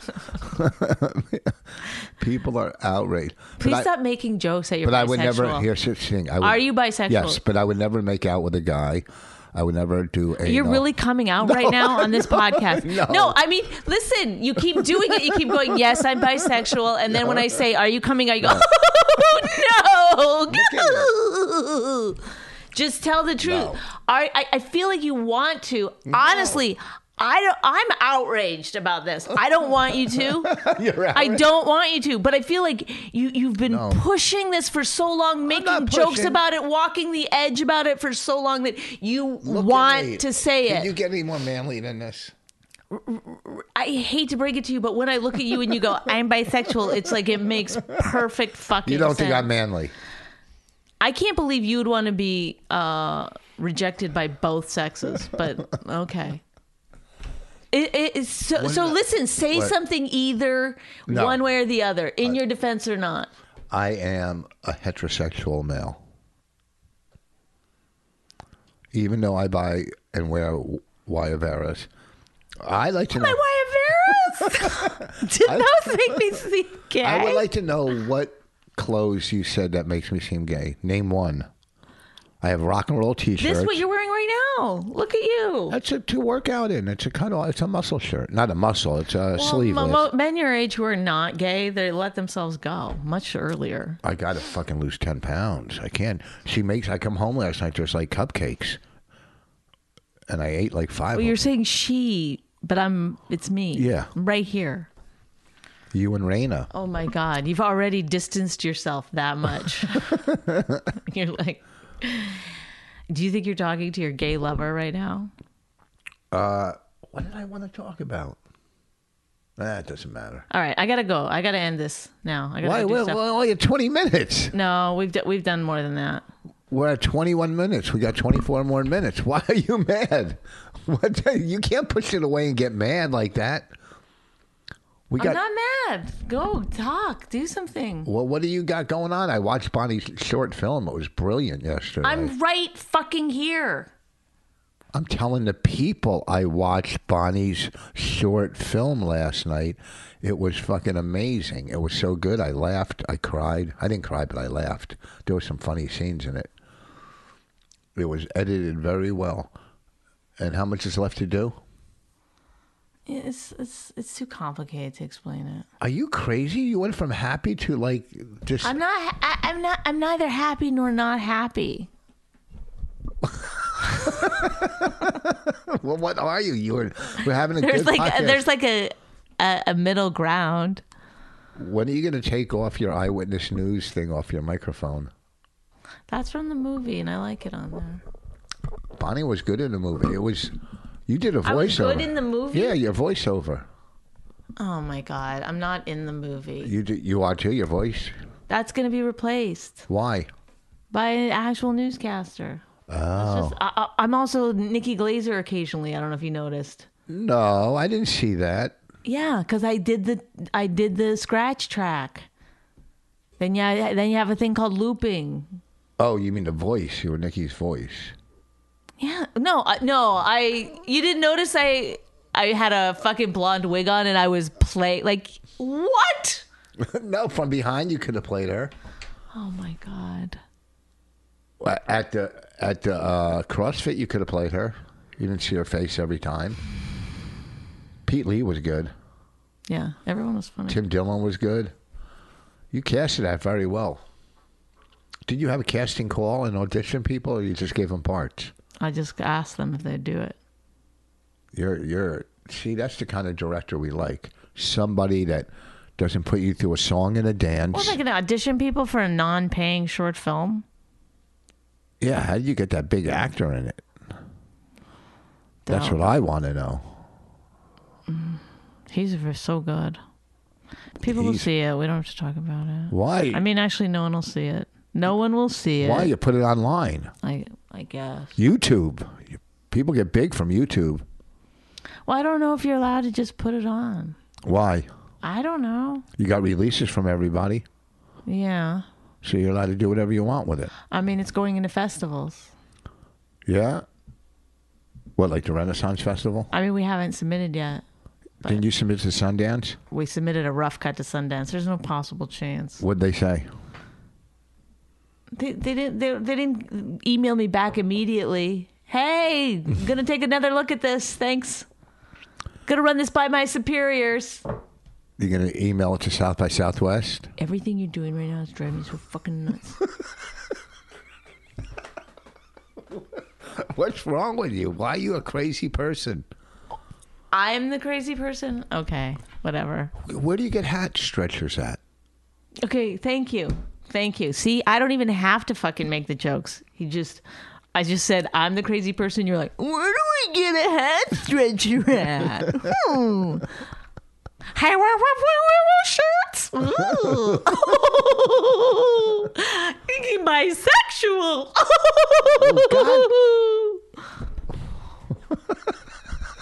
[SPEAKER 3] [laughs] People are outraged.
[SPEAKER 1] Please
[SPEAKER 3] I-
[SPEAKER 1] stop making jokes that you're
[SPEAKER 3] But
[SPEAKER 1] bisexual.
[SPEAKER 3] I would never. Here's the thing. I would,
[SPEAKER 1] Are you bisexual?
[SPEAKER 3] Yes, but I would never make out with a guy. I would never do. Anal.
[SPEAKER 1] You're really coming out right now on this podcast.
[SPEAKER 3] no.
[SPEAKER 1] I mean, listen, you keep doing it. You keep going, yes, I'm bisexual. And then when I say, are you coming out? You go, [laughs] no. Just tell the truth.
[SPEAKER 3] No.
[SPEAKER 1] I, I, I feel like you want to. Honestly, I don't, I'm outraged about this. I don't want you
[SPEAKER 3] [laughs]
[SPEAKER 1] to.
[SPEAKER 3] [laughs] You're
[SPEAKER 1] I
[SPEAKER 3] outraged.
[SPEAKER 1] don't want you to, but I feel like you you've been pushing this for so long, making
[SPEAKER 3] not
[SPEAKER 1] jokes
[SPEAKER 3] pushing.
[SPEAKER 1] about it, walking the edge about it for so long that you
[SPEAKER 3] Look at me.
[SPEAKER 1] want to say
[SPEAKER 3] Can
[SPEAKER 1] it.
[SPEAKER 3] you get any more manly than this?
[SPEAKER 1] I hate to break it to you, but when I look at you and you go,
[SPEAKER 3] [laughs]
[SPEAKER 1] "I'm bisexual," it's like it makes perfect fucking.
[SPEAKER 3] You don't
[SPEAKER 1] sense.
[SPEAKER 3] think I'm manly?
[SPEAKER 1] I can't believe you would want to be uh, rejected by both sexes,
[SPEAKER 3] [laughs]
[SPEAKER 1] but okay. It, it, it's so so
[SPEAKER 3] did I-
[SPEAKER 1] listen, say
[SPEAKER 3] what?
[SPEAKER 1] something either
[SPEAKER 3] No.
[SPEAKER 1] one way or the other, in your defense or not.
[SPEAKER 3] I am a heterosexual male. Even though I buy and wear Guayaveras, I like to know.
[SPEAKER 1] My
[SPEAKER 3] [laughs]
[SPEAKER 1] Guayaveras? [laughs] Did those make me seem gay?
[SPEAKER 3] I would like to know what clothes you said that makes me seem gay. Name one. I have rock and roll t-shirts.
[SPEAKER 1] this is what you're wearing right now. Look at you.
[SPEAKER 3] That's a to work out in. It's a cut off. It's a muscle shirt, not a muscle. It's a
[SPEAKER 1] Well,
[SPEAKER 3] sleeveless.
[SPEAKER 1] mo- mo- men your age who are not gay, they let themselves go much earlier.
[SPEAKER 3] I gotta fucking lose ten pounds. I can't. She makes. I come home last night. There's like cupcakes, and I ate like five.
[SPEAKER 1] Well,
[SPEAKER 3] of
[SPEAKER 1] you're
[SPEAKER 3] them.
[SPEAKER 1] saying she, but I'm. It's me.
[SPEAKER 3] Yeah.
[SPEAKER 1] I'm right here.
[SPEAKER 3] You and Raina.
[SPEAKER 1] Oh my God, you've already distanced yourself
[SPEAKER 3] [laughs]
[SPEAKER 1] that much. [laughs] you're like, do you think you're talking to your gay lover right now?
[SPEAKER 3] What did I want to talk about? That doesn't matter.
[SPEAKER 1] All right, I gotta go. I gotta end this now. I gotta
[SPEAKER 3] Why?
[SPEAKER 1] do
[SPEAKER 3] We're,
[SPEAKER 1] stuff.
[SPEAKER 3] we're only at twenty minutes.
[SPEAKER 1] No, we've d- we've done more than that.
[SPEAKER 3] We're at twenty-one minutes. We got twenty-four more minutes. [laughs] Why are you mad? What? the- You can't push it away and get mad like that. We got.
[SPEAKER 1] I'm not mad. Go talk, do something.
[SPEAKER 3] well, what do you got going on? I watched Bonnie's short film. It was brilliant yesterday.
[SPEAKER 1] I'm right fucking here.
[SPEAKER 3] I'm telling the people I watched Bonnie's short film last night. It was fucking amazing. It was so good. I laughed. I cried. I didn't cry, but I laughed. There were some funny scenes in it. It was edited very well. And how much is left to do?
[SPEAKER 1] It's it's it's too complicated to explain it.
[SPEAKER 3] Are you crazy? You went from happy to like just.
[SPEAKER 1] I'm not. ha- I, I'm not. I'm neither happy nor not happy.
[SPEAKER 3] [laughs] well, what are you? You were. We're having a
[SPEAKER 1] [laughs] There's
[SPEAKER 3] good
[SPEAKER 1] like
[SPEAKER 3] podcast.
[SPEAKER 1] a, there's like a, a a middle ground.
[SPEAKER 3] when are you going to take off your eyewitness news thing off your microphone?
[SPEAKER 1] That's from the movie, and I like it on there.
[SPEAKER 3] Bonnie was good in the movie. It was you did a voiceover.
[SPEAKER 1] I was good in the movie?
[SPEAKER 3] Yeah, your voiceover.
[SPEAKER 1] Oh my god, I'm not in the movie.
[SPEAKER 3] You do, you are too. Your voice.
[SPEAKER 1] That's gonna be replaced
[SPEAKER 3] Why?
[SPEAKER 1] by an actual newscaster. Oh. Just, I, I, I'm also Nikki Glazer occasionally. I don't know if you noticed.
[SPEAKER 3] No, I didn't see that.
[SPEAKER 1] Yeah, because I did the I did the scratch track. Then yeah, then you have a thing called looping.
[SPEAKER 3] Oh, you mean the voice? You were Nikki's voice. [laughs]
[SPEAKER 1] Yeah, no, I, no, I you didn't notice I I had a fucking blonde wig on and I was play like what?
[SPEAKER 3] no, from behind you could have played her
[SPEAKER 1] Oh my god.
[SPEAKER 3] at the at the uh, CrossFit. You could have played her. You didn't see her face every time. Pete Lee was good.
[SPEAKER 1] Yeah, everyone was funny.
[SPEAKER 3] Tim Dillon was good. You casted that very well. Did you have a casting call and audition people, or you just gave them parts?
[SPEAKER 1] I just asked them if they'd do it.
[SPEAKER 3] You're you're see that's the kind of director we like. Somebody that doesn't put you through a song and a dance.
[SPEAKER 1] Was I going to audition people for a non-paying short film?
[SPEAKER 3] yeah, how do you get that big actor in it? That's
[SPEAKER 1] Don't.
[SPEAKER 3] what I want to know.
[SPEAKER 1] He's v- so good. People will
[SPEAKER 3] He's-
[SPEAKER 1] see it. We don't have to talk about it.
[SPEAKER 3] Why?
[SPEAKER 1] I mean, actually, no one will see it. No one will see it.
[SPEAKER 3] Why you put it online?
[SPEAKER 1] I I guess.
[SPEAKER 3] YouTube. People get big from YouTube.
[SPEAKER 1] Well, I don't know if you're allowed to just put it on.
[SPEAKER 3] Why?
[SPEAKER 1] I don't know.
[SPEAKER 3] You got releases from everybody,
[SPEAKER 1] Yeah.
[SPEAKER 3] so you're allowed to do whatever you want with it.
[SPEAKER 1] I mean, it's going into festivals.
[SPEAKER 3] Yeah. What, like the Renaissance Festival?
[SPEAKER 1] I mean, we haven't submitted yet.
[SPEAKER 3] Didn't you submit to Sundance?
[SPEAKER 1] We submitted a rough cut to Sundance. There's no possible chance.
[SPEAKER 3] What'd they say?
[SPEAKER 1] They, they didn't. They, they didn't email me back immediately. Hey, gonna take another look at this. Thanks. Gonna run this by my superiors.
[SPEAKER 3] You're gonna email it to South by Southwest?
[SPEAKER 1] Everything you're doing right now is driving me so fucking [laughs] nuts.
[SPEAKER 3] What's wrong with you? Why are you a crazy person?
[SPEAKER 1] I'm the crazy person. Okay, whatever.
[SPEAKER 3] Where do you get hat stretchers at?
[SPEAKER 1] Okay, thank you. Thank you. See, I don't even have to fucking make the jokes. He just I just said I'm the crazy person. You're like, where do I get a head stretcher at? Hmm. Hey, where, where, where, where, where shirts? [laughs] Ooh. Thinking bisexual. [laughs]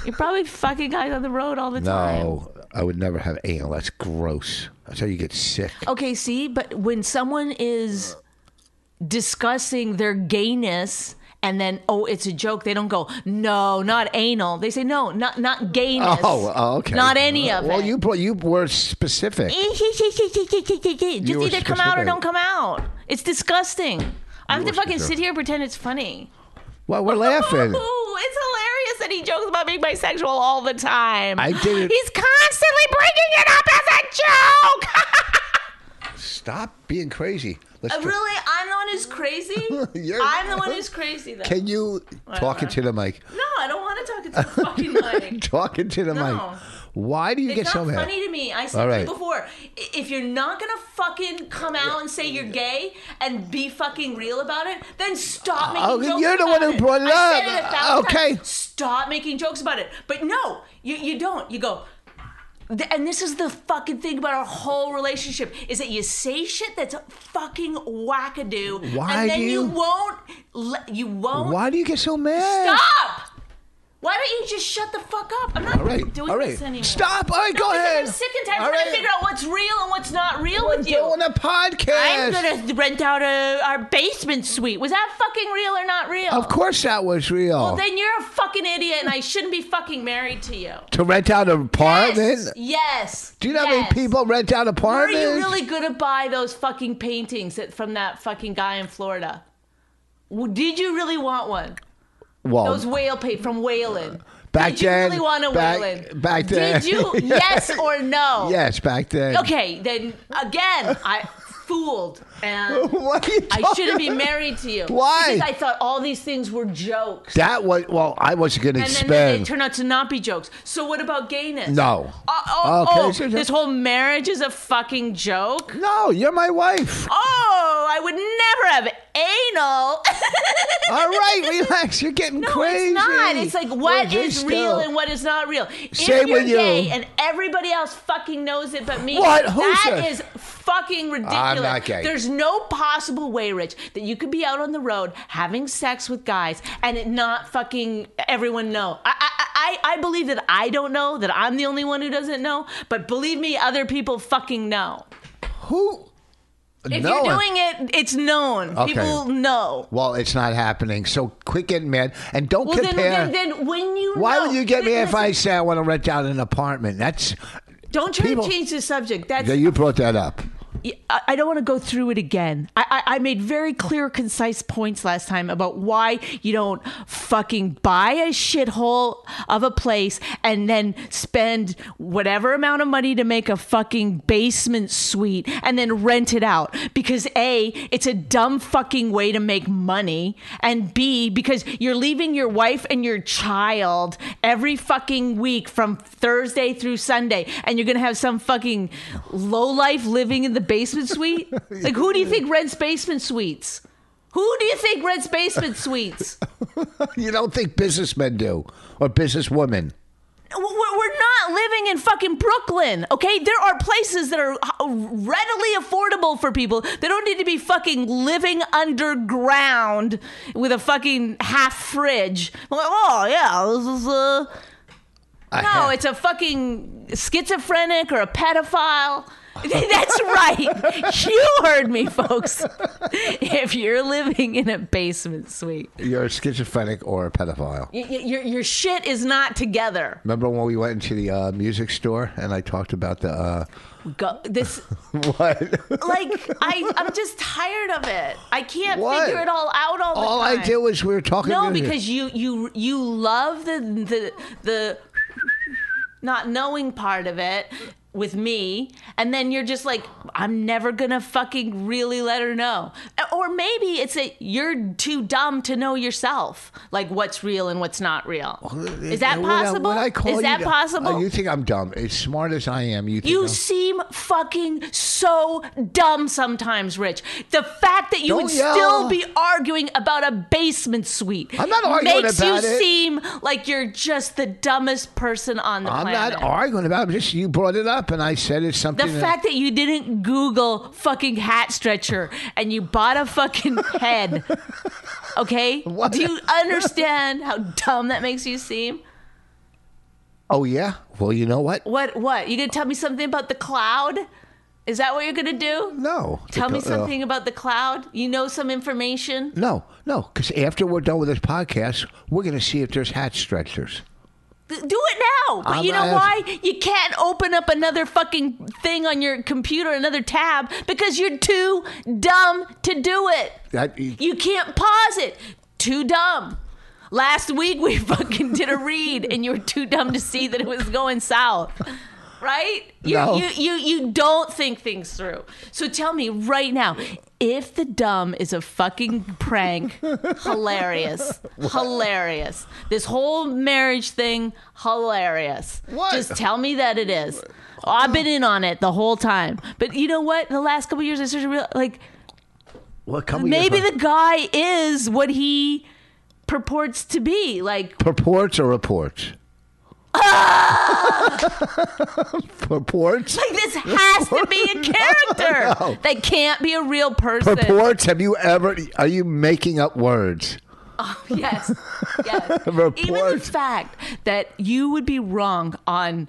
[SPEAKER 1] You're probably fucking guys on the road all the time.
[SPEAKER 3] No, I would never have anal. That's gross. That's how you get sick.
[SPEAKER 1] Okay, see, but when someone is
[SPEAKER 3] Uh.
[SPEAKER 1] discussing their gayness and then oh it's a joke they don't go no not anal they say no not not gayness [laughs]
[SPEAKER 3] Oh, oh, okay.
[SPEAKER 1] not any of
[SPEAKER 3] Well,
[SPEAKER 1] it E-
[SPEAKER 3] you you were specific.
[SPEAKER 1] just
[SPEAKER 3] You were
[SPEAKER 1] either come out or
[SPEAKER 3] specific.
[SPEAKER 1] don't come out it's disgusting i have
[SPEAKER 3] You
[SPEAKER 1] to
[SPEAKER 3] were
[SPEAKER 1] fucking sit
[SPEAKER 3] specific.
[SPEAKER 1] here and pretend it's funny
[SPEAKER 3] Well, we're
[SPEAKER 1] [laughs]
[SPEAKER 3] laughing.
[SPEAKER 1] Ooh, it's hilarious that he jokes about being bisexual all the time
[SPEAKER 3] I didn't-
[SPEAKER 1] he's constantly bringing it up as a joke [laughs]
[SPEAKER 3] Stop being crazy. Let's
[SPEAKER 1] Uh,
[SPEAKER 3] tr-
[SPEAKER 1] Really, I'm the one who's crazy.
[SPEAKER 3] [laughs] You're-
[SPEAKER 1] I'm the one who's crazy. Though.
[SPEAKER 3] Can you talking to the mic?
[SPEAKER 1] no, I don't want to talk into the fucking
[SPEAKER 3] [laughs]
[SPEAKER 1] mic.
[SPEAKER 3] Talking to the
[SPEAKER 1] No.
[SPEAKER 3] mic. Why do you
[SPEAKER 1] It's
[SPEAKER 3] get
[SPEAKER 1] not
[SPEAKER 3] so mad?
[SPEAKER 1] funny to me. I said
[SPEAKER 3] All
[SPEAKER 1] to
[SPEAKER 3] right.
[SPEAKER 1] you before. i- If you're not gonna fucking come out and say you're gay and be fucking real about it, then stop making
[SPEAKER 3] Oh, Okay,
[SPEAKER 1] jokes.
[SPEAKER 3] you're the one
[SPEAKER 1] about
[SPEAKER 3] who brought it
[SPEAKER 1] I
[SPEAKER 3] up. Uh,
[SPEAKER 1] said it a thousand
[SPEAKER 3] Okay.
[SPEAKER 1] times. Stop making jokes about it. But no, you you don't. You go. Th- And this is the fucking thing about our whole relationship is that you say shit that's fucking wackadoo,
[SPEAKER 3] Why
[SPEAKER 1] and then
[SPEAKER 3] do
[SPEAKER 1] you
[SPEAKER 3] you-
[SPEAKER 1] won't, let, you won't
[SPEAKER 3] Why do you get so mad?
[SPEAKER 1] Stop! Why don't you just shut the fuck up? I'm not
[SPEAKER 3] All right.
[SPEAKER 1] doing
[SPEAKER 3] all right.
[SPEAKER 1] this anymore.
[SPEAKER 3] Stop. All right.
[SPEAKER 1] No,
[SPEAKER 3] go
[SPEAKER 1] because
[SPEAKER 3] ahead.
[SPEAKER 1] I'm sick and tired
[SPEAKER 3] All
[SPEAKER 1] of trying
[SPEAKER 3] right.
[SPEAKER 1] to figure out what's real and what's not real
[SPEAKER 3] We're
[SPEAKER 1] with you.
[SPEAKER 3] doing a podcast.
[SPEAKER 1] I'm gonna rent out a, our basement suite. Was that fucking real or not real?
[SPEAKER 3] Of course, that was real.
[SPEAKER 1] Well, then you're a fucking idiot, and I shouldn't be fucking married to you.
[SPEAKER 3] to rent out an apartment.
[SPEAKER 1] Yes. yes
[SPEAKER 3] Do you know how
[SPEAKER 1] yes.
[SPEAKER 3] many people rent out
[SPEAKER 1] Where are
[SPEAKER 3] apartments?
[SPEAKER 1] you really gonna buy those fucking paintings that, from that fucking guy in Florida? W- Did you really want one?
[SPEAKER 3] well,
[SPEAKER 1] Those whale paint from Whalen.
[SPEAKER 3] Oh. back
[SPEAKER 1] Did you
[SPEAKER 3] then,
[SPEAKER 1] really want a
[SPEAKER 3] back,
[SPEAKER 1] Whalen?
[SPEAKER 3] Back then,
[SPEAKER 1] Did
[SPEAKER 3] [laughs]
[SPEAKER 1] you? Yes or no?
[SPEAKER 3] yes, back then.
[SPEAKER 1] Okay, then again, I fooled
[SPEAKER 3] [laughs]
[SPEAKER 1] and
[SPEAKER 3] [laughs] What are you
[SPEAKER 1] I
[SPEAKER 3] talking
[SPEAKER 1] shouldn't be
[SPEAKER 3] about?
[SPEAKER 1] married to you.
[SPEAKER 3] Why?
[SPEAKER 1] Because I thought all these things were jokes.
[SPEAKER 3] That was well. I wasn't going to
[SPEAKER 1] and then, then they
[SPEAKER 3] spend.
[SPEAKER 1] turn out to not be jokes. So what about gayness?
[SPEAKER 3] No.
[SPEAKER 1] Oh, oh,
[SPEAKER 3] Okay,
[SPEAKER 1] oh,
[SPEAKER 3] so-
[SPEAKER 1] this whole marriage is a fucking joke.
[SPEAKER 3] No, you're my
[SPEAKER 1] [laughs]
[SPEAKER 3] wife.
[SPEAKER 1] Oh, I would never have anal. [laughs]
[SPEAKER 3] All right, relax. You're getting
[SPEAKER 1] No,
[SPEAKER 3] crazy.
[SPEAKER 1] it's not. It's like what is
[SPEAKER 3] Well, just
[SPEAKER 1] real
[SPEAKER 3] still-
[SPEAKER 1] and what is not real. If
[SPEAKER 3] Same
[SPEAKER 1] you're
[SPEAKER 3] with you.
[SPEAKER 1] gay and everybody else fucking knows it but me,
[SPEAKER 3] What? Who
[SPEAKER 1] that
[SPEAKER 3] said-
[SPEAKER 1] is fucking ridiculous.
[SPEAKER 3] not gay.
[SPEAKER 1] There's no possible way, Rich, that you could be out on the road having sex with guys and it not fucking everyone know. I, I, I, I believe that I don't know, that I'm the only one who doesn't know, but believe me, other people fucking know.
[SPEAKER 3] who?
[SPEAKER 1] If
[SPEAKER 3] no
[SPEAKER 1] you're
[SPEAKER 3] one-
[SPEAKER 1] doing it, it's known.
[SPEAKER 3] Okay.
[SPEAKER 1] People know.
[SPEAKER 3] Well, it's not happening. So quit getting mad and don't
[SPEAKER 1] Well, then,
[SPEAKER 3] compare.
[SPEAKER 1] then, then when you
[SPEAKER 3] Why
[SPEAKER 1] know,
[SPEAKER 3] would you get me if
[SPEAKER 1] Listen,
[SPEAKER 3] I say I want to rent out an apartment? That's
[SPEAKER 1] Don't try
[SPEAKER 3] People-
[SPEAKER 1] to change the subject. That's
[SPEAKER 3] yeah, you brought that up. [laughs]
[SPEAKER 1] I I don't want to go through it again. I, I I made very clear, concise points last time about why you don't fucking buy a shithole of a place and then spend whatever amount of money to make a fucking basement suite and then rent it out. Because a, it's a dumb fucking way to make money, and b, because you're leaving your wife and your child every fucking week from Thursday through Sunday, and you're gonna have some fucking low life living in the basement suite? like, who do you think rents basement suites? Who do you think rents basement suites?
[SPEAKER 3] You don't think businessmen do or businesswomen?
[SPEAKER 1] We're we're not living living in fucking Brooklyn, okay? There are places that are h- readily affordable for people. They don't need to be fucking living underground with a fucking half fridge. Like, oh yeah, this is uh
[SPEAKER 3] I
[SPEAKER 1] no,
[SPEAKER 3] have-
[SPEAKER 1] it's a fucking schizophrenic or a pedophile. [laughs] That's right. You heard me, folks. [laughs] If you're living in a basement suite, y-
[SPEAKER 3] you're a schizophrenic or a pedophile.
[SPEAKER 1] y- your your shit is not together.
[SPEAKER 3] Remember when we went into the uh, music store and I talked about the uh, [laughs]
[SPEAKER 1] Go, this
[SPEAKER 3] what?
[SPEAKER 1] [laughs] like
[SPEAKER 3] [laughs]
[SPEAKER 1] I I'm just tired of it. I can't
[SPEAKER 3] What?
[SPEAKER 1] figure it all out all the
[SPEAKER 3] All
[SPEAKER 1] time.
[SPEAKER 3] I did was we were talking.
[SPEAKER 1] No,
[SPEAKER 3] to-
[SPEAKER 1] because you you you love the the the not knowing part of it with me and then you're just like I'm never going to fucking really let her know. Or maybe it's that you're too dumb to know yourself like what's real and what's not real. Is that
[SPEAKER 3] When I-
[SPEAKER 1] possible?
[SPEAKER 3] when I call
[SPEAKER 1] Is
[SPEAKER 3] you
[SPEAKER 1] that
[SPEAKER 3] dumb-
[SPEAKER 1] possible?
[SPEAKER 3] Oh, you think I'm dumb? As smart as I am, you think
[SPEAKER 1] You
[SPEAKER 3] I'm-
[SPEAKER 1] seem fucking so dumb sometimes, Rich. The fact that you
[SPEAKER 3] Don't
[SPEAKER 1] would
[SPEAKER 3] yell.
[SPEAKER 1] still be arguing about a basement suite
[SPEAKER 3] I'm not arguing
[SPEAKER 1] makes
[SPEAKER 3] about
[SPEAKER 1] you
[SPEAKER 3] it.
[SPEAKER 1] seem like you're just the dumbest person on the
[SPEAKER 3] I'm
[SPEAKER 1] planet.
[SPEAKER 3] not arguing about it. Just you brought it up, and I said it's
[SPEAKER 1] the
[SPEAKER 3] something. that-
[SPEAKER 1] fact that you didn't Google fucking hat stretcher and you bought a fucking
[SPEAKER 3] [laughs]
[SPEAKER 1] head. Okay?
[SPEAKER 3] What?
[SPEAKER 1] Do you understand how dumb that makes you seem?
[SPEAKER 3] oh yeah. Well, you know what?
[SPEAKER 1] What what? You gonna tell me something about the cloud? Is that what you're gonna do?
[SPEAKER 3] No.
[SPEAKER 1] Tell me
[SPEAKER 3] Uh,
[SPEAKER 1] something about the cloud. You know some information.
[SPEAKER 3] No, no, because after we're done with this podcast, we're going to see if there's hat stretchers.
[SPEAKER 1] Th- Do it now. But
[SPEAKER 3] I'm
[SPEAKER 1] you know
[SPEAKER 3] not
[SPEAKER 1] why? You can't open up another fucking thing on your computer, another tab, because you're too dumb to do it.
[SPEAKER 3] That,
[SPEAKER 1] You can't pause it. Too dumb. Last week we [laughs] fucking did a read and you were too dumb to see that it was going south. Right? You,
[SPEAKER 3] No.
[SPEAKER 1] you you you don't think things through. So tell me right now, if the dumb is a fucking prank, hilarious. Hilarious. This whole marriage thing, hilarious.
[SPEAKER 3] What?
[SPEAKER 1] Just tell me that it is. Oh, I've been in on it the whole time. But you know what? The last couple years I started to real like
[SPEAKER 3] what couple years
[SPEAKER 1] maybe
[SPEAKER 3] ago-
[SPEAKER 1] the guy is what he purports to be
[SPEAKER 3] [laughs]
[SPEAKER 1] like
[SPEAKER 3] purports or
[SPEAKER 1] [laughs]
[SPEAKER 3] reports? [laughs] purports?
[SPEAKER 1] like this has to be a character they can't be a real person
[SPEAKER 3] Purports? Have you ever? Are you making up words?
[SPEAKER 1] yes yes even the
[SPEAKER 3] Report.
[SPEAKER 1] fact that you would be wrong on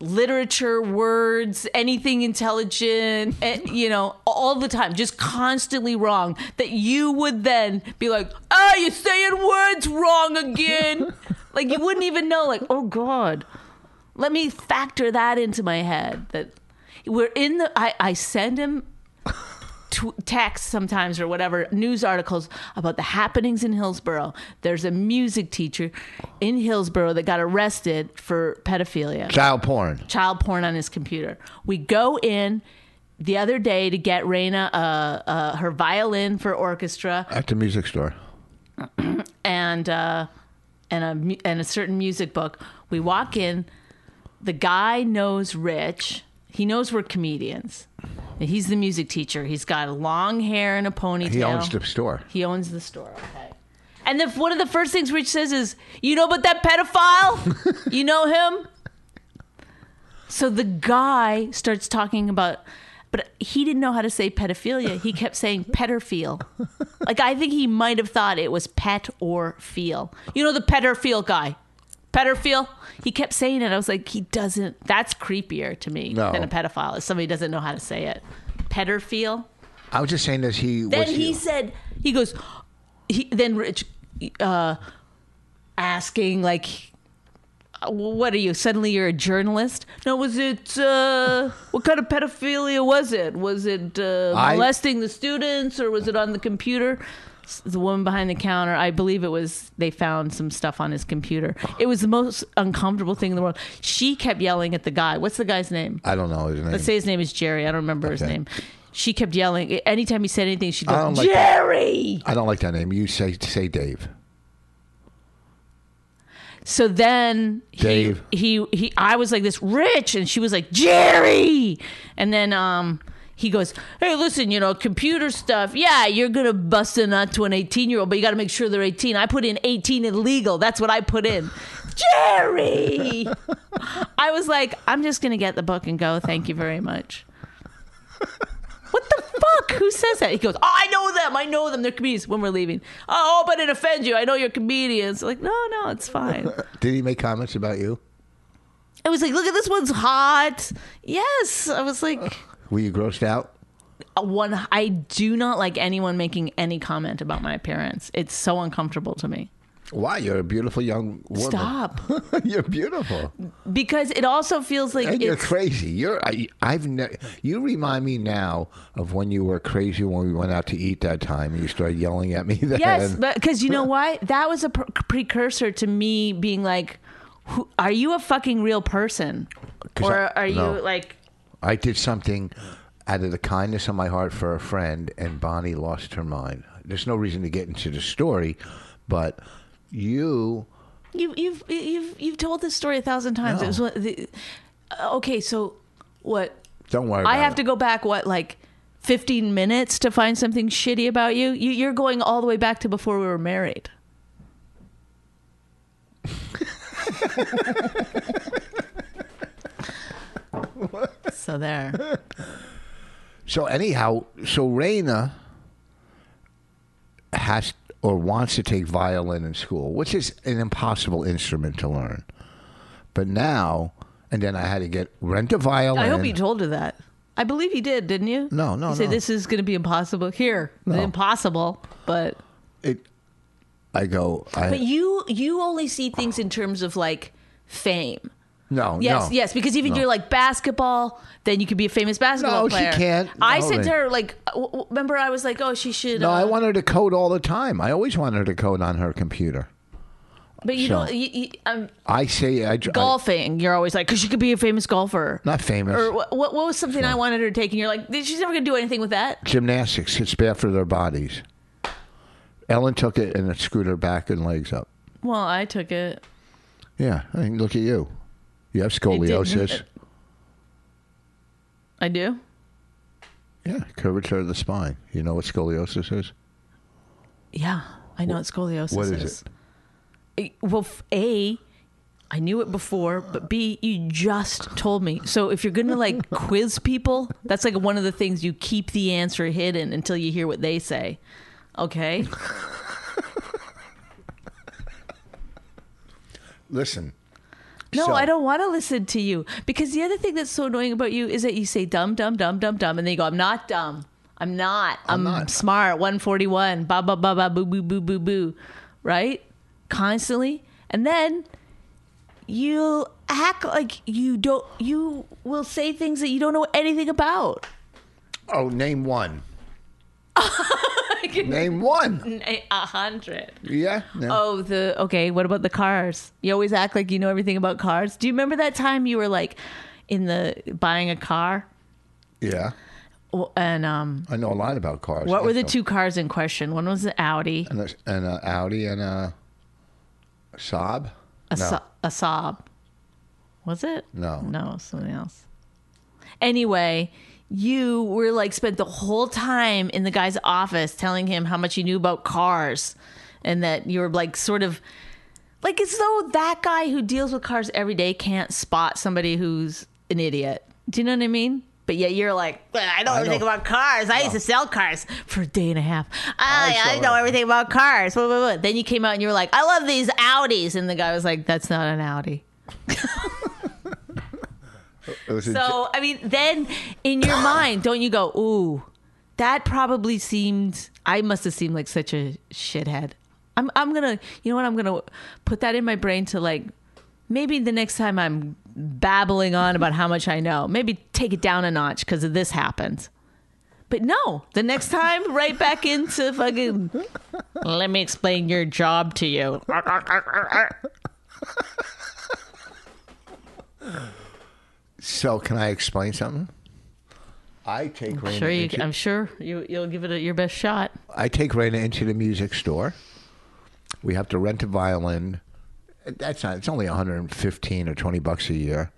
[SPEAKER 1] literature words anything intelligent and, you know all the time just constantly wrong that you would then be like oh you're saying words wrong again like you wouldn't even know like oh god let me factor that into my head that we're in the i, I send him tw- texts sometimes or whatever news articles about the happenings in hillsborough there's a music teacher in hillsborough that got arrested for pedophilia
[SPEAKER 3] Child porn.
[SPEAKER 1] child porn on his computer we go in the other day to get Raina uh, uh, her violin for orchestra
[SPEAKER 3] At the music store.
[SPEAKER 1] and uh, and a mu- and a certain music book. We walk in. The guy knows Rich. He knows we're comedians. He's the music teacher. He's got long hair and a ponytail.
[SPEAKER 3] He owns the store.
[SPEAKER 1] He owns the store. Okay. And the, one of the first things Rich says is, "You know about that
[SPEAKER 3] [laughs]
[SPEAKER 1] pedophile? you know him." So the guy starts talking about, but he didn't know how to say pedophilia. He kept saying pedophile. Like I think he might have thought it was pet or feel. You know the pedophile guy. Pedophile. He kept saying it. I was like, he doesn't. That's creepier to me
[SPEAKER 3] No.
[SPEAKER 1] than a pedophile. If somebody doesn't know how to say it, pedophile.
[SPEAKER 3] I was just saying this. He
[SPEAKER 1] Then
[SPEAKER 3] was
[SPEAKER 1] he said, he goes, he, then Rich, uh, asking like, what are you? Suddenly you're a journalist? No, was it, uh, what kind of pedophilia was it? Was it uh,
[SPEAKER 3] I-
[SPEAKER 1] molesting the students or was it on the computer? S- The woman behind the counter, I believe it was, they found some stuff on his computer. It was the most uncomfortable thing in the world. She kept yelling at the guy. What's the guy's name?
[SPEAKER 3] I don't know his name.
[SPEAKER 1] Let's say his name is Jerry. I don't remember his
[SPEAKER 3] Okay.
[SPEAKER 1] name. She kept yelling. Anytime he said anything, she'd
[SPEAKER 3] I
[SPEAKER 1] go,
[SPEAKER 3] don't like that.
[SPEAKER 1] Jerry!
[SPEAKER 3] I don't like that name. You say say Dave.
[SPEAKER 1] So then he,
[SPEAKER 3] Dave.
[SPEAKER 1] He, he, I was like this, Rich. And she was like, Jerry! And then, um, he goes, Hey, listen, you know, computer stuff. Yeah, you're going to bust a nut to an 18 year old, but you got to make sure they're 18. I put in 18 illegal. That's what I put in. Jerry. I was like, I'm just gonna get the book and go. Thank you very much. What the fuck? Who says that? He goes, Oh, I know them. I know them. They're comedians when we're leaving. Oh, but it offends you. I know you're comedians. Like, no, no, it's fine.
[SPEAKER 3] Did he make comments about you?
[SPEAKER 1] I was like, look at this one's hot. Yes. I was like,
[SPEAKER 3] Were you grossed out?
[SPEAKER 1] a one I do not like anyone making any comment about my appearance. It's so uncomfortable to me.
[SPEAKER 3] Wow, you're a beautiful young woman.
[SPEAKER 1] Stop.
[SPEAKER 3] [laughs] you're beautiful,
[SPEAKER 1] Because it also feels like
[SPEAKER 3] and you're
[SPEAKER 1] it's
[SPEAKER 3] crazy. You're I, I've ne- you remind me now of when you were crazy when we went out to eat that time and you started yelling at me. [laughs] Then.
[SPEAKER 1] Yes, but because you know why? That was a pr- precursor to me being like, Who, "Are you a fucking real person,
[SPEAKER 3] 'Cause
[SPEAKER 1] or
[SPEAKER 3] I-
[SPEAKER 1] are you
[SPEAKER 3] no.
[SPEAKER 1] like?"
[SPEAKER 3] I did something out of the kindness of my heart for a friend, and Bonnie lost her mind. There's no reason to get into the story, but you
[SPEAKER 1] You, you've you've you've told this story a thousand times.
[SPEAKER 3] No.
[SPEAKER 1] It was one of the, uh, okay. So what?
[SPEAKER 3] don't worry.
[SPEAKER 1] I
[SPEAKER 3] about
[SPEAKER 1] have
[SPEAKER 3] it.
[SPEAKER 1] to go back what like fifteen minutes to find something shitty about you. you you're going all the way back to before we were married. so there.
[SPEAKER 3] So anyhow, so Raina has or wants to take violin in school, which is an impossible instrument to learn. But now, and then I had to get rent a violin.
[SPEAKER 1] I hope he told her that. I believe he did, didn't you?
[SPEAKER 3] No, no,
[SPEAKER 1] You said
[SPEAKER 3] no.
[SPEAKER 1] this is going to be impossible here. Impossible, but
[SPEAKER 3] It, I go. I,
[SPEAKER 1] but you you only see things in terms of like fame.
[SPEAKER 3] no,
[SPEAKER 1] Yes,
[SPEAKER 3] no.
[SPEAKER 1] yes, because even you're like basketball, then you could be a famous basketball
[SPEAKER 3] No, she
[SPEAKER 1] player.
[SPEAKER 3] can't.
[SPEAKER 1] I
[SPEAKER 3] No,
[SPEAKER 1] said
[SPEAKER 3] they-
[SPEAKER 1] to her like, uh, w- w- remember I was like, oh, she should.
[SPEAKER 3] No,
[SPEAKER 1] uh,
[SPEAKER 3] I want her to code all the time. I always want her to code on her computer.
[SPEAKER 1] But you
[SPEAKER 3] so-
[SPEAKER 1] don't. You, you, um,
[SPEAKER 3] I say I dr- I-
[SPEAKER 1] golfing, you're always like, because she could be a famous golfer.
[SPEAKER 3] not famous.
[SPEAKER 1] Or what, what was something I wanted her to take, and you're like, she's never going to do anything with that.
[SPEAKER 3] Gymnastics. It's bad for their bodies. Ellen took it and it screwed her back and legs up.
[SPEAKER 1] Well, I took it.
[SPEAKER 3] Yeah, I mean, look at you. You have
[SPEAKER 1] didn't-
[SPEAKER 3] scoliosis.
[SPEAKER 1] I do.
[SPEAKER 3] Yeah, curvature of the spine. You know what scoliosis is?
[SPEAKER 1] Yeah, I know it's scoliosis.
[SPEAKER 3] what is
[SPEAKER 1] it? Well, f- a, I knew it before, but b, you just told me. So if you're
[SPEAKER 3] [laughs]
[SPEAKER 1] gonna like quiz people, that's like one of the things you keep the answer hidden until you hear what they say. Okay,
[SPEAKER 3] Listen.
[SPEAKER 1] No,
[SPEAKER 3] So-
[SPEAKER 1] I don't want to listen to you because the other thing that's so annoying about you is that you say dumb, dumb, dumb, dumb, dumb, and then you go, "I'm not dumb. I'm not. I'm,
[SPEAKER 3] not."
[SPEAKER 1] smart. 141. Ba ba ba ba boo boo boo boo boo." Right? Constantly, and then you act like you don't. You will say things that you don't know anything [laughs] about.
[SPEAKER 3] Oh, name one. name one.
[SPEAKER 1] A hundred.
[SPEAKER 3] Yeah. No.
[SPEAKER 1] Oh, the okay. What about the cars? You always act like you know everything about cars. Do you remember that time you were like in the buying a car?
[SPEAKER 3] Yeah.
[SPEAKER 1] Well, and um,
[SPEAKER 3] I know a lot about cars.
[SPEAKER 1] what were the
[SPEAKER 3] Info.
[SPEAKER 1] two cars in question? One was an Audi,
[SPEAKER 3] And a, and a Audi and a Saab.
[SPEAKER 1] a,
[SPEAKER 3] no.
[SPEAKER 1] Sa- a Saab. Was it?
[SPEAKER 3] No.
[SPEAKER 1] no, something else. Anyway, you were like spent the whole time in the guy's office telling him how much you knew about cars, and that you were like sort of like as though that guy who deals with cars every day can't spot somebody who's an idiot. Do you know what I mean? But yet you're like, "Well, I know everything
[SPEAKER 3] know.
[SPEAKER 1] about cars. I used to sell cars for a day and a half. I, I,
[SPEAKER 3] sell
[SPEAKER 1] know
[SPEAKER 3] them."
[SPEAKER 1] everything about cars. Blah, blah, blah. Then you came out and you were like, I love these Audis. And the guy was like, that's not an Audi.
[SPEAKER 3] It was a
[SPEAKER 1] So, I mean, then in [coughs] your mind, don't you go, ooh, that probably seemed, I must have seemed like such a shithead. I'm, I'm going to, you know what? I'm going to put that in my brain to like, maybe the next time I'm babbling on about how much I know, maybe take it down a notch because of this happened. But no, the next time, right back into fucking, let me explain your job to you.
[SPEAKER 3] So can I explain something? I take Raina
[SPEAKER 1] Sure, you,
[SPEAKER 3] into,
[SPEAKER 1] I'm sure you, you'll give it a, your best shot.
[SPEAKER 3] I take Raina into the music store. We have to rent a violin. That's not. It's only 115 or 20 bucks a year.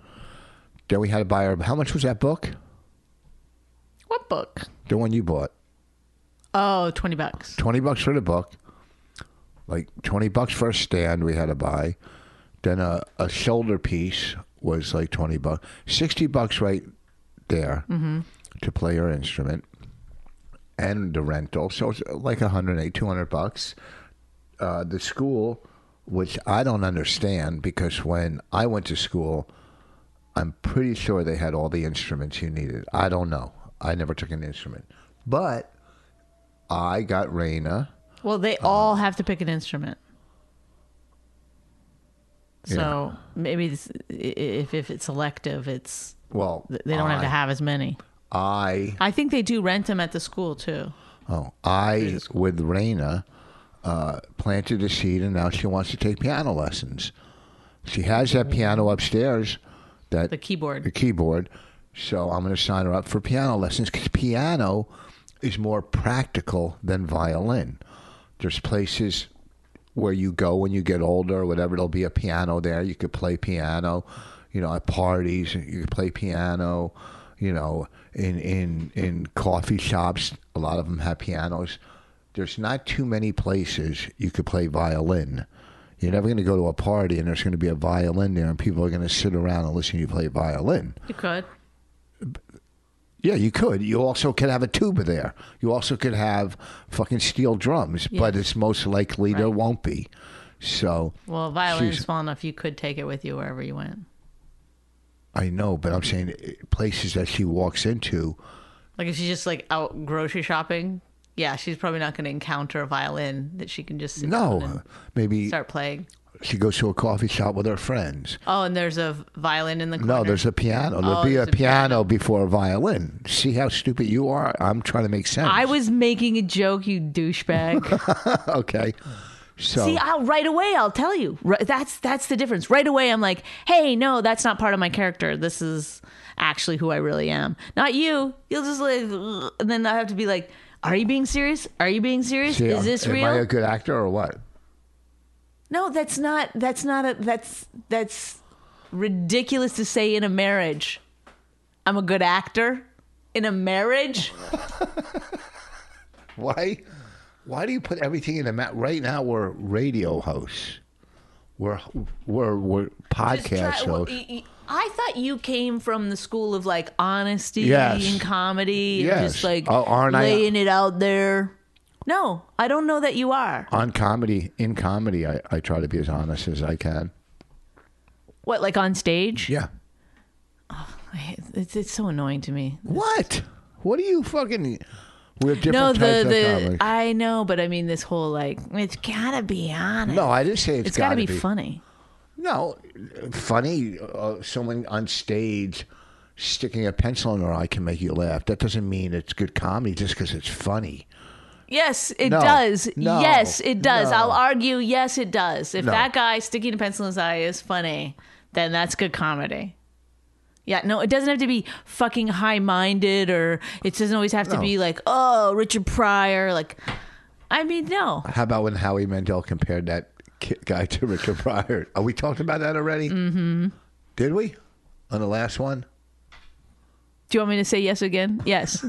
[SPEAKER 3] Then we had to buy her. How much was that book?
[SPEAKER 1] What book?
[SPEAKER 3] The one you bought.
[SPEAKER 1] Oh, 20 bucks.
[SPEAKER 3] 20 bucks for the book. Like 20 bucks for a stand we had to buy. Then a, a shoulder piece was like 20 bucks. 60 bucks right there to play your instrument and the rental. So it's uh, like 108, 200 bucks. Uh, the school, which I don't understand because when I went to school, I'm pretty sure they had all the instruments you needed. I don't know. I never took an instrument. But I got Raina.
[SPEAKER 1] Well, they
[SPEAKER 3] Uh-huh.
[SPEAKER 1] all have to pick an instrument. So maybe this, i- if if it's selective, it's
[SPEAKER 3] Well,
[SPEAKER 1] they don't have
[SPEAKER 3] I-
[SPEAKER 1] to have as many.
[SPEAKER 3] I
[SPEAKER 1] I think they do rent them at the school too.
[SPEAKER 3] Oh, I with Raina uh, planted a seed, and now she wants to take piano lessons. She has that piano upstairs, that
[SPEAKER 1] The keyboard.
[SPEAKER 3] the keyboard. So I'm going to sign her up for piano lessons because piano is more practical than violin. There's places where you go when you get older or whatever. There'll be a piano there. You could play piano, you know, at parties. You could play piano, you know, in in in coffee shops. A lot of them have pianos. There's not too many places you could play violin. You're never going to go to a party and there's going to be a violin there and people are going to sit around and listen to you play violin.
[SPEAKER 1] You could.
[SPEAKER 3] Yeah, you could. You also could have a tuba there. You also could have fucking steel drums, but it's most likely there won't be. So
[SPEAKER 1] Well, violin's
[SPEAKER 3] She's-
[SPEAKER 1] small enough. You could take it with you wherever you went.
[SPEAKER 3] I know, but I'm saying eh, places that she walks into.
[SPEAKER 1] Like if she's just like out grocery shopping, yeah, she's probably not going to encounter a violin that she can just sit down
[SPEAKER 3] No,
[SPEAKER 1] and
[SPEAKER 3] maybe
[SPEAKER 1] start playing.
[SPEAKER 3] she goes to a coffee shop with her friends.
[SPEAKER 1] Oh, and there's a violin in the corner.
[SPEAKER 3] No, there's a piano. There'll
[SPEAKER 1] Oh,
[SPEAKER 3] be a
[SPEAKER 1] there's
[SPEAKER 3] piano,
[SPEAKER 1] a piano.
[SPEAKER 3] before a violin. See how stupid you are? I'm trying to make sense.
[SPEAKER 1] I was making a joke, you douchebag.
[SPEAKER 3] [laughs] okay. So
[SPEAKER 1] See, I'll right away. I'll tell you. Right, that's that's the difference. Right away, I'm like, hey, no, that's not part of my character. This is actually who I really am. Not you. You'll just like, "Ugh," and then I have to be like, are you being serious? Are you being serious?
[SPEAKER 3] see,
[SPEAKER 1] is this
[SPEAKER 3] am
[SPEAKER 1] real?
[SPEAKER 3] I a good actor or what?
[SPEAKER 1] no, that's not. That's not a. That's that's ridiculous to say in a marriage. I'm a good actor in a marriage.
[SPEAKER 3] Why? Why do you put everything in the map? Right now, we're radio hosts. We're we're we're
[SPEAKER 1] Just try-
[SPEAKER 3] podcast
[SPEAKER 1] well,
[SPEAKER 3] hosts.
[SPEAKER 1] y- y- I thought you came from the school of like honesty
[SPEAKER 3] Yes.
[SPEAKER 1] and comedy and
[SPEAKER 3] Yes.
[SPEAKER 1] just like
[SPEAKER 3] Oh, aren't I-
[SPEAKER 1] laying it out there. No, I don't know that you are.
[SPEAKER 3] On comedy, in comedy, I, I try to be as honest as I can.
[SPEAKER 1] What, like on stage?
[SPEAKER 3] Yeah.
[SPEAKER 1] I- It's, it's so annoying to me.
[SPEAKER 3] What? What are you fucking? We're different
[SPEAKER 1] No,
[SPEAKER 3] types
[SPEAKER 1] the
[SPEAKER 3] of
[SPEAKER 1] the
[SPEAKER 3] comedy.
[SPEAKER 1] I know, but I mean this whole like it's gotta be honest.
[SPEAKER 3] no, I didn't say
[SPEAKER 1] it's gotta, be, funny.
[SPEAKER 3] No, funny. Uh, someone on stage sticking a pencil in her eye can make you laugh. That doesn't mean it's good comedy just because it's funny.
[SPEAKER 1] Yes, it
[SPEAKER 3] No.
[SPEAKER 1] does.
[SPEAKER 3] No.
[SPEAKER 1] yes, it does.
[SPEAKER 3] No.
[SPEAKER 1] I'll argue. Yes, it does. If
[SPEAKER 3] No.
[SPEAKER 1] that guy sticking a pencil in his eye is funny, then that's good comedy. Yeah, no, it doesn't have to be fucking high minded, or it doesn't always have to
[SPEAKER 3] No.
[SPEAKER 1] be like, oh, Richard Pryor. Like, I mean, no.
[SPEAKER 3] How about when Howie Mandel compared that ki- guy to Richard Pryor? Are we talked about that already? Mm-hmm. Did we? On the last one?
[SPEAKER 1] Do you want me to say yes again? Yes.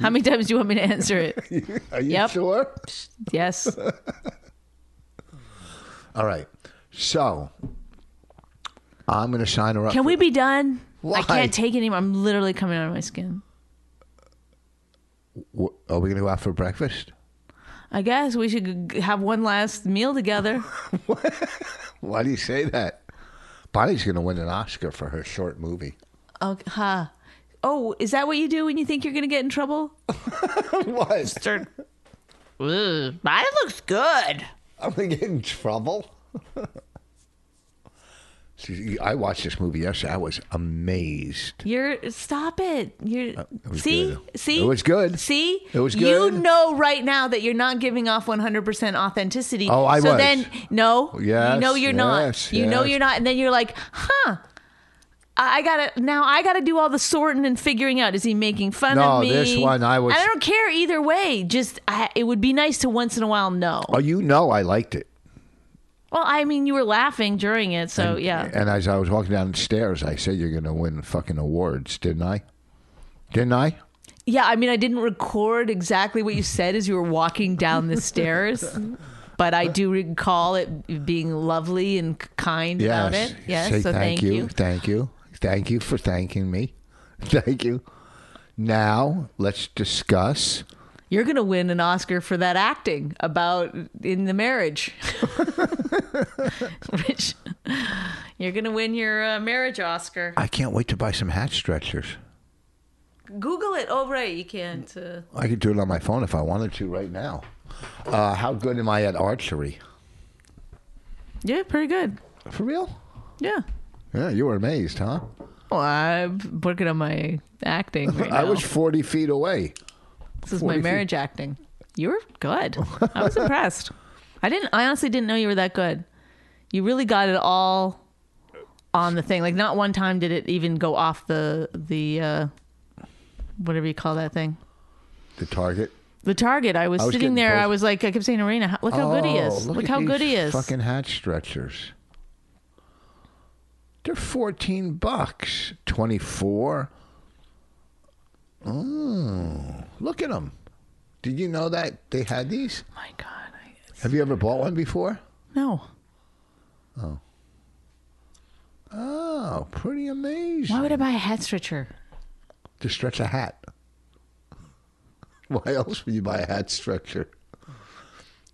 [SPEAKER 1] How many times do you want me to answer
[SPEAKER 3] [laughs]
[SPEAKER 1] it?
[SPEAKER 3] [laughs] Are you
[SPEAKER 1] Yep.
[SPEAKER 3] sure?
[SPEAKER 1] Yes.
[SPEAKER 3] All right. So I'm going to sign her up.
[SPEAKER 1] Can
[SPEAKER 3] for-
[SPEAKER 1] we be done?
[SPEAKER 3] Why?
[SPEAKER 1] I can't take it anymore. I'm literally coming out of my skin.
[SPEAKER 3] W- Are we going to go out for breakfast?
[SPEAKER 1] I guess we should g- have one last meal together.
[SPEAKER 3] Why do you say that? Bonnie's going to win an Oscar for her short movie. [laughs]
[SPEAKER 1] Okay. Huh. Oh, is that what you do when you think you're going to get in trouble?
[SPEAKER 3] what?
[SPEAKER 1] Sir. Mine looks good.
[SPEAKER 3] I'm going to get in trouble. [laughs] See, I watched this movie yesterday. I was amazed.
[SPEAKER 1] You're stop it. You're
[SPEAKER 3] Uh, was
[SPEAKER 1] see
[SPEAKER 3] good.
[SPEAKER 1] see
[SPEAKER 3] It was good.
[SPEAKER 1] See
[SPEAKER 3] It was
[SPEAKER 1] You
[SPEAKER 3] good.
[SPEAKER 1] know right now that you're not giving off 100 percent authenticity.
[SPEAKER 3] Oh, I
[SPEAKER 1] so
[SPEAKER 3] was.
[SPEAKER 1] then no.
[SPEAKER 3] Yes,
[SPEAKER 1] You know you're
[SPEAKER 3] yes,
[SPEAKER 1] not. You know
[SPEAKER 3] yes.
[SPEAKER 1] you're not. And then you're like, huh. I I gotta now. I gotta do all the sorting and figuring out. Is he making fun
[SPEAKER 3] No,
[SPEAKER 1] of me?
[SPEAKER 3] this one I was-
[SPEAKER 1] And I don't care either way. Just I, it would be nice to once in a while know.
[SPEAKER 3] Oh, you know I liked it.
[SPEAKER 1] Well, I mean, you were laughing during it, so yeah.
[SPEAKER 3] And as I was walking down the stairs, I said, "You're going to win fucking awards," didn't I? Didn't I?
[SPEAKER 1] [laughs] Yeah, I mean, I didn't record exactly what you said as you were walking down the stairs. but I do recall it being lovely and kind
[SPEAKER 3] Yes.
[SPEAKER 1] about it. Yes,
[SPEAKER 3] Say
[SPEAKER 1] so
[SPEAKER 3] thank, you, Thank you. Thank you for thanking me. [laughs] Thank you. Now let's discuss.
[SPEAKER 1] You're going to win an Oscar for that acting about in the marriage.
[SPEAKER 3] [laughs]
[SPEAKER 1] Rich, you're going to win your uh, marriage Oscar.
[SPEAKER 3] I can't wait to buy some hat stretchers.
[SPEAKER 1] Google it. Oh, right. You can't. Uh...
[SPEAKER 3] I could do it on my phone if I wanted to right now. Uh, how good am I at archery?
[SPEAKER 1] Yeah, pretty good.
[SPEAKER 3] For real?
[SPEAKER 1] Yeah.
[SPEAKER 3] Yeah, you were amazed, huh?
[SPEAKER 1] Well, I'm working on my acting right now.
[SPEAKER 3] I was 40 feet away.
[SPEAKER 1] this is my
[SPEAKER 3] 40 feet.
[SPEAKER 1] marriage acting. You were good.
[SPEAKER 3] [laughs]
[SPEAKER 1] I was impressed. I didn't. I honestly didn't know you were that good. You really got it all on the thing. Like not one time did it even go off the the uh, whatever you call that thing.
[SPEAKER 3] The target.
[SPEAKER 1] The target. I was,
[SPEAKER 3] I was
[SPEAKER 1] sitting
[SPEAKER 3] getting
[SPEAKER 1] there. I
[SPEAKER 3] both.
[SPEAKER 1] was like, I kept saying, Arena, how- look how good he
[SPEAKER 3] Oh,
[SPEAKER 1] is. Look,
[SPEAKER 3] at
[SPEAKER 1] how
[SPEAKER 3] these
[SPEAKER 1] good he is.
[SPEAKER 3] Fucking hat stretchers. They're 14 bucks. 24. Mm, look at them. Did you know that they had these?
[SPEAKER 1] my God. I,
[SPEAKER 3] Have you ever bought one before?
[SPEAKER 1] no.
[SPEAKER 3] Oh, pretty amazing.
[SPEAKER 1] Why would I buy a head stretcher?
[SPEAKER 3] to stretch a hat. [laughs] Why else would you buy a hat stretcher?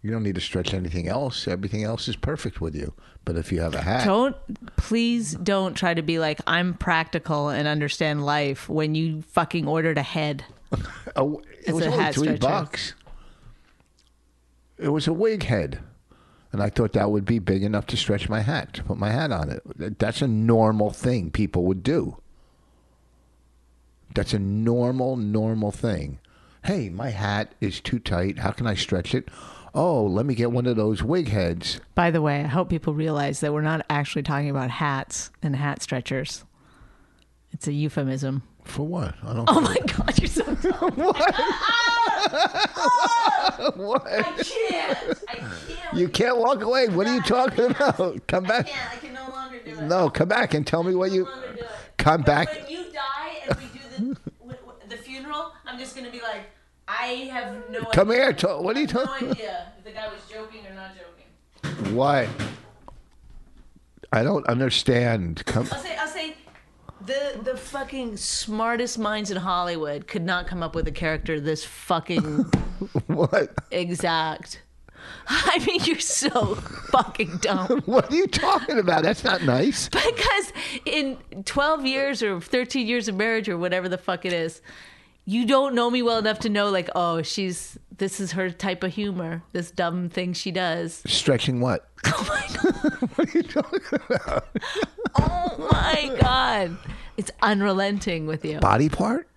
[SPEAKER 3] You don't need to stretch anything else. Everything else is perfect with you. But if you have a hat,
[SPEAKER 1] Don't please don't try to be like I'm practical and understand life when you fucking ordered a head.
[SPEAKER 3] oh, it
[SPEAKER 1] It's
[SPEAKER 3] was
[SPEAKER 1] a
[SPEAKER 3] only
[SPEAKER 1] hat
[SPEAKER 3] three
[SPEAKER 1] stretcher.
[SPEAKER 3] bucks. It was a wig head, and I thought that would be big enough to stretch my hat to put my hat on it. That's a normal thing people would do. That's a normal, normal thing. Hey, my hat is too tight. How can I stretch it? Oh, let me get one of those wig heads.
[SPEAKER 1] By the way, I hope people realize that we're not actually talking about hats and hat stretchers. It's a euphemism. [laughs]
[SPEAKER 3] For what? I don't.
[SPEAKER 1] Oh my god, you're so dumb.
[SPEAKER 3] What?
[SPEAKER 1] I can't. I can't.
[SPEAKER 3] You can't walk away. What are you talking about? Come back.
[SPEAKER 1] I can no longer do it.
[SPEAKER 3] No, come back and tell me what you.
[SPEAKER 1] do it.
[SPEAKER 3] Come back.
[SPEAKER 1] you die and we do the, the funeral, I'm just gonna be like, I have no
[SPEAKER 3] Come here. ta- What are you talking?
[SPEAKER 1] idea if the guy was joking or not joking.
[SPEAKER 3] What? I don't understand. Come. [laughs]
[SPEAKER 1] I'll say, I'll say, the the fucking smartest minds in Hollywood could not come up with a character this fucking
[SPEAKER 3] What?
[SPEAKER 1] exact. [laughs] I mean, you're so fucking dumb.
[SPEAKER 3] What are you talking about? That's not nice.
[SPEAKER 1] Because in 12 years or 13 years of marriage or whatever the fuck it is, you don't know me well enough to know, like, oh, she's this is her type of humor, this dumb thing
[SPEAKER 3] [laughs]
[SPEAKER 1] she does.
[SPEAKER 3] Stretching what?
[SPEAKER 1] Oh my
[SPEAKER 3] [laughs]
[SPEAKER 1] god!
[SPEAKER 3] What are you talking about?
[SPEAKER 1] Oh my god! It's unrelenting with you.
[SPEAKER 3] Body part?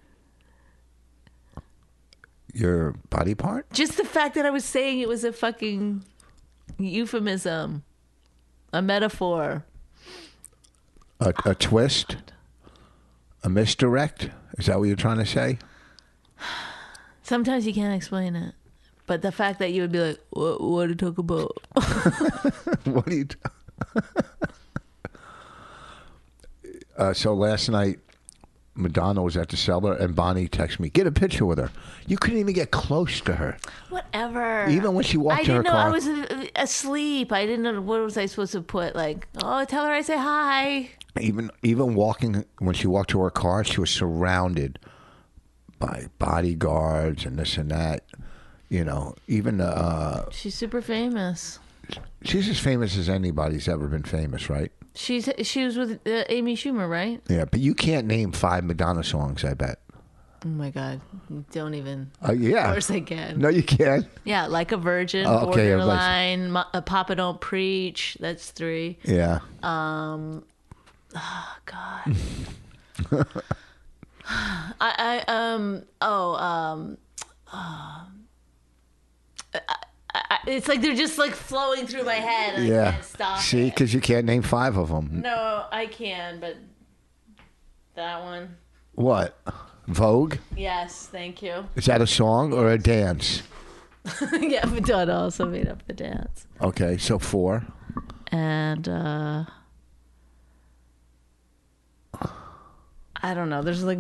[SPEAKER 3] Your body part?
[SPEAKER 1] just the fact that I was saying it was a fucking euphemism, a metaphor.
[SPEAKER 3] A, a twist? A misdirect? Is that what you're trying to say? [laughs]
[SPEAKER 1] Sometimes you can't explain it, but the fact that you would be like, "What, what to talk about?"
[SPEAKER 3] What do you? T- [laughs] uh, so last night, Madonna was at the cellar, and Bonnie texted me, "Get a picture with her." You couldn't even get close to her,
[SPEAKER 1] Whatever.
[SPEAKER 3] even when she
[SPEAKER 1] I
[SPEAKER 3] walked to her
[SPEAKER 1] didn't know
[SPEAKER 3] car.
[SPEAKER 1] I was uh, asleep. I didn't know what was I supposed to put. Like, oh, tell her I say hi.
[SPEAKER 3] even even walking when she walked to her car, she was surrounded by bodyguards and this and that. You know, even uh,
[SPEAKER 1] She's super famous.
[SPEAKER 3] she's as famous as anybody's ever been famous, right?
[SPEAKER 1] She's she was with uh, Amy Schumer, right?
[SPEAKER 3] Yeah, but you can't name five Madonna songs. I bet.
[SPEAKER 1] Oh my God! Don't even.
[SPEAKER 3] Uh, yeah.
[SPEAKER 1] Of course I can.
[SPEAKER 3] No, you can't.
[SPEAKER 1] Yeah, like a virgin,
[SPEAKER 3] Oh, okay, yeah, like-
[SPEAKER 1] borderline, Ma- uh, Papa don't preach. That's three.
[SPEAKER 3] Yeah.
[SPEAKER 1] Oh, God. I, I um oh um. Uh, I, I, it's like they're just like flowing through my head. And I
[SPEAKER 3] Yeah.
[SPEAKER 1] can't stop.
[SPEAKER 3] See,
[SPEAKER 1] it.
[SPEAKER 3] because you can't name five of them.
[SPEAKER 1] no, I can, but that one.
[SPEAKER 3] What? Vogue?
[SPEAKER 1] Yes, thank you. [laughs]
[SPEAKER 3] Is that a song or a dance?
[SPEAKER 1] yeah, Madonna also made up the dance.
[SPEAKER 3] Okay, so four.
[SPEAKER 1] and uh I don't know. There's like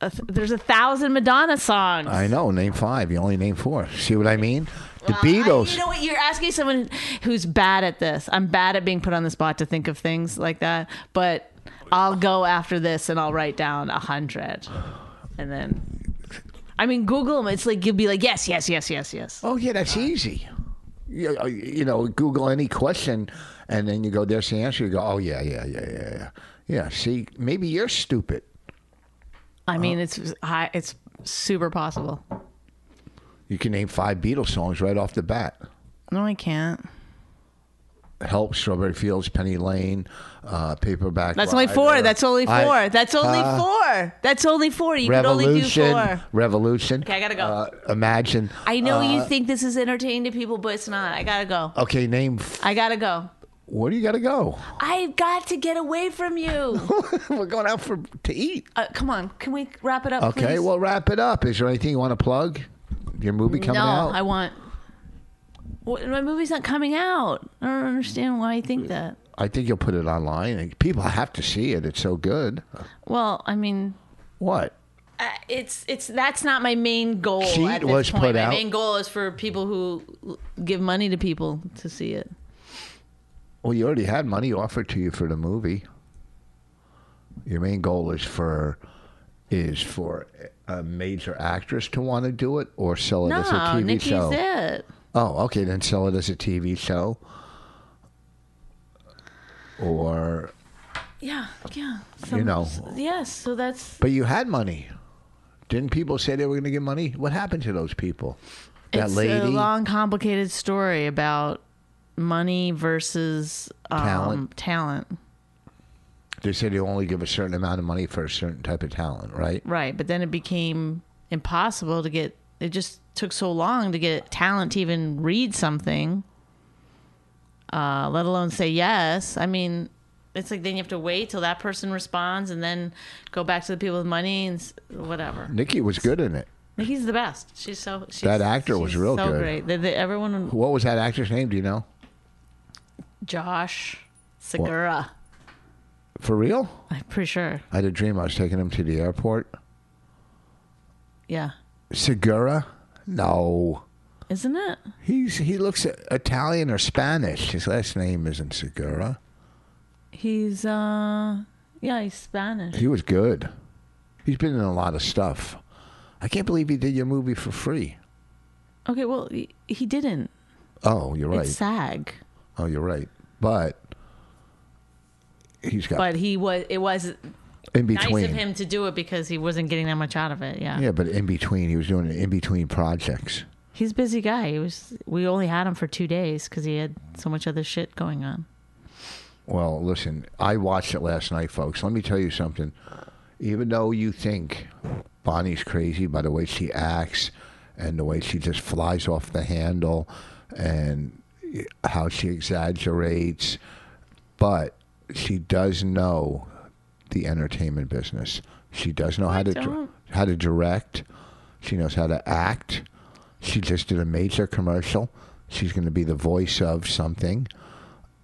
[SPEAKER 1] a th- there's a thousand Madonna songs.
[SPEAKER 3] I know. Name five. You only name four. See what I mean? The
[SPEAKER 1] Well, I-
[SPEAKER 3] Beatles.
[SPEAKER 1] you know what? You're asking someone who's bad at this. I'm bad at being put on the spot to think of things like that, but I'll go after this and I'll write down a hundred, and then. I mean, Google them. It's like you'll be like, yes, yes, yes, yes, yes.
[SPEAKER 3] Oh yeah, that's easy. You, you know, Google any question, and then you go, "There's the answer." You go, "Oh yeah, yeah, yeah, yeah, yeah." Yeah. See, maybe you're stupid.
[SPEAKER 1] I mean, it's high. It's super possible.
[SPEAKER 3] You can name five Beatles songs right off the bat.
[SPEAKER 1] No, I can't.
[SPEAKER 3] Help, Strawberry Fields, Penny Lane, uh, Paperback.
[SPEAKER 1] That's only
[SPEAKER 3] Rider.
[SPEAKER 1] four. That's only four.
[SPEAKER 3] I-
[SPEAKER 1] That's only
[SPEAKER 3] uh,
[SPEAKER 1] four. That's only four. You could only do
[SPEAKER 3] Revolution.
[SPEAKER 1] four.
[SPEAKER 3] Revolution.
[SPEAKER 1] Okay, I gotta go.
[SPEAKER 3] Uh, imagine.
[SPEAKER 1] I know
[SPEAKER 3] Uh,
[SPEAKER 1] you think this is entertaining to people, but it's not. I gotta go.
[SPEAKER 3] Okay, name. F-
[SPEAKER 1] I gotta go.
[SPEAKER 3] where do you gotta go? [laughs]
[SPEAKER 1] I've got to get away from you.
[SPEAKER 3] We're going out for to eat.
[SPEAKER 1] uh, come on, can we wrap it up?
[SPEAKER 3] Okay,
[SPEAKER 1] Uh, please?
[SPEAKER 3] well, wrap it up. Is there anything you want to plug? Your movie coming
[SPEAKER 1] no,
[SPEAKER 3] out?
[SPEAKER 1] I want. What, my movie's not coming out. I don't understand why you think that.
[SPEAKER 3] I think you'll put it online. and People have to see it. It's so good.
[SPEAKER 1] Well, I mean,
[SPEAKER 3] What?
[SPEAKER 1] uh, it's it's that's not my main goal.
[SPEAKER 3] She
[SPEAKER 1] at this
[SPEAKER 3] was
[SPEAKER 1] point.
[SPEAKER 3] put
[SPEAKER 1] my
[SPEAKER 3] out-
[SPEAKER 1] main goal is for people who give money to people to see it.
[SPEAKER 3] Well, you already had money offered to you for the movie. Your main goal is for is for a major actress to want to do it or sell it as a
[SPEAKER 1] No,
[SPEAKER 3] TV
[SPEAKER 1] Nikki's
[SPEAKER 3] show.
[SPEAKER 1] it.
[SPEAKER 3] Oh, okay, then sell it as a TV show. Or
[SPEAKER 1] Yeah, yeah.
[SPEAKER 3] You know.
[SPEAKER 1] Yes. So that's
[SPEAKER 3] but you had money. Didn't people say they were going to give money? What happened to those people? That
[SPEAKER 1] it's
[SPEAKER 3] lady,
[SPEAKER 1] a long, complicated story about money versus um,
[SPEAKER 3] Talent.
[SPEAKER 1] Talent.
[SPEAKER 3] they said you only give a certain amount of money for a certain type of talent, right?
[SPEAKER 1] Right, but then it became impossible to get. It just took so long to get talent to even read something, uh, let alone say yes. I mean, it's like then you have to wait till that person responds, and then go back to the people with money and s- whatever.
[SPEAKER 3] Nikki was good in it.
[SPEAKER 1] Nikki's the best. She's so she's,
[SPEAKER 3] That actor was
[SPEAKER 1] she's
[SPEAKER 3] real
[SPEAKER 1] so
[SPEAKER 3] good.
[SPEAKER 1] great. They, they, everyone,
[SPEAKER 3] What was that actor's name? Do you know?
[SPEAKER 1] Josh Segura.
[SPEAKER 3] For real?
[SPEAKER 1] I'm pretty sure.
[SPEAKER 3] I had a dream. I was taking him to the airport.
[SPEAKER 1] Yeah,
[SPEAKER 3] Segura? No.
[SPEAKER 1] isn't it?
[SPEAKER 3] He's he looks Italian or Spanish. His last name isn't Segura.
[SPEAKER 1] He's uh, yeah, he's Spanish.
[SPEAKER 3] He was good. He's been in a lot of stuff. I can't believe he did your movie for free.
[SPEAKER 1] Okay, well, he, he didn't.
[SPEAKER 3] Oh, you're right.
[SPEAKER 1] It's SAG.
[SPEAKER 3] oh, you're right. But he's got
[SPEAKER 1] But he was. It was
[SPEAKER 3] in
[SPEAKER 1] nice
[SPEAKER 3] between.
[SPEAKER 1] of him to do it because he wasn't getting that much out of it. Yeah.
[SPEAKER 3] Yeah, but in between, he was doing in between projects.
[SPEAKER 1] He's a busy guy. He was. We only had him for two days because he had so much other shit going on.
[SPEAKER 3] Well, listen, I watched it last night, folks. Let me tell you something. Even though you think Bonnie's crazy by the way she acts and the way she just flies off the handle and how she exaggerates, but she does know the entertainment business. She does know how to dir-
[SPEAKER 1] don't.
[SPEAKER 3] how to direct. She knows how to act. She just did a major commercial. She's going to be the voice of something.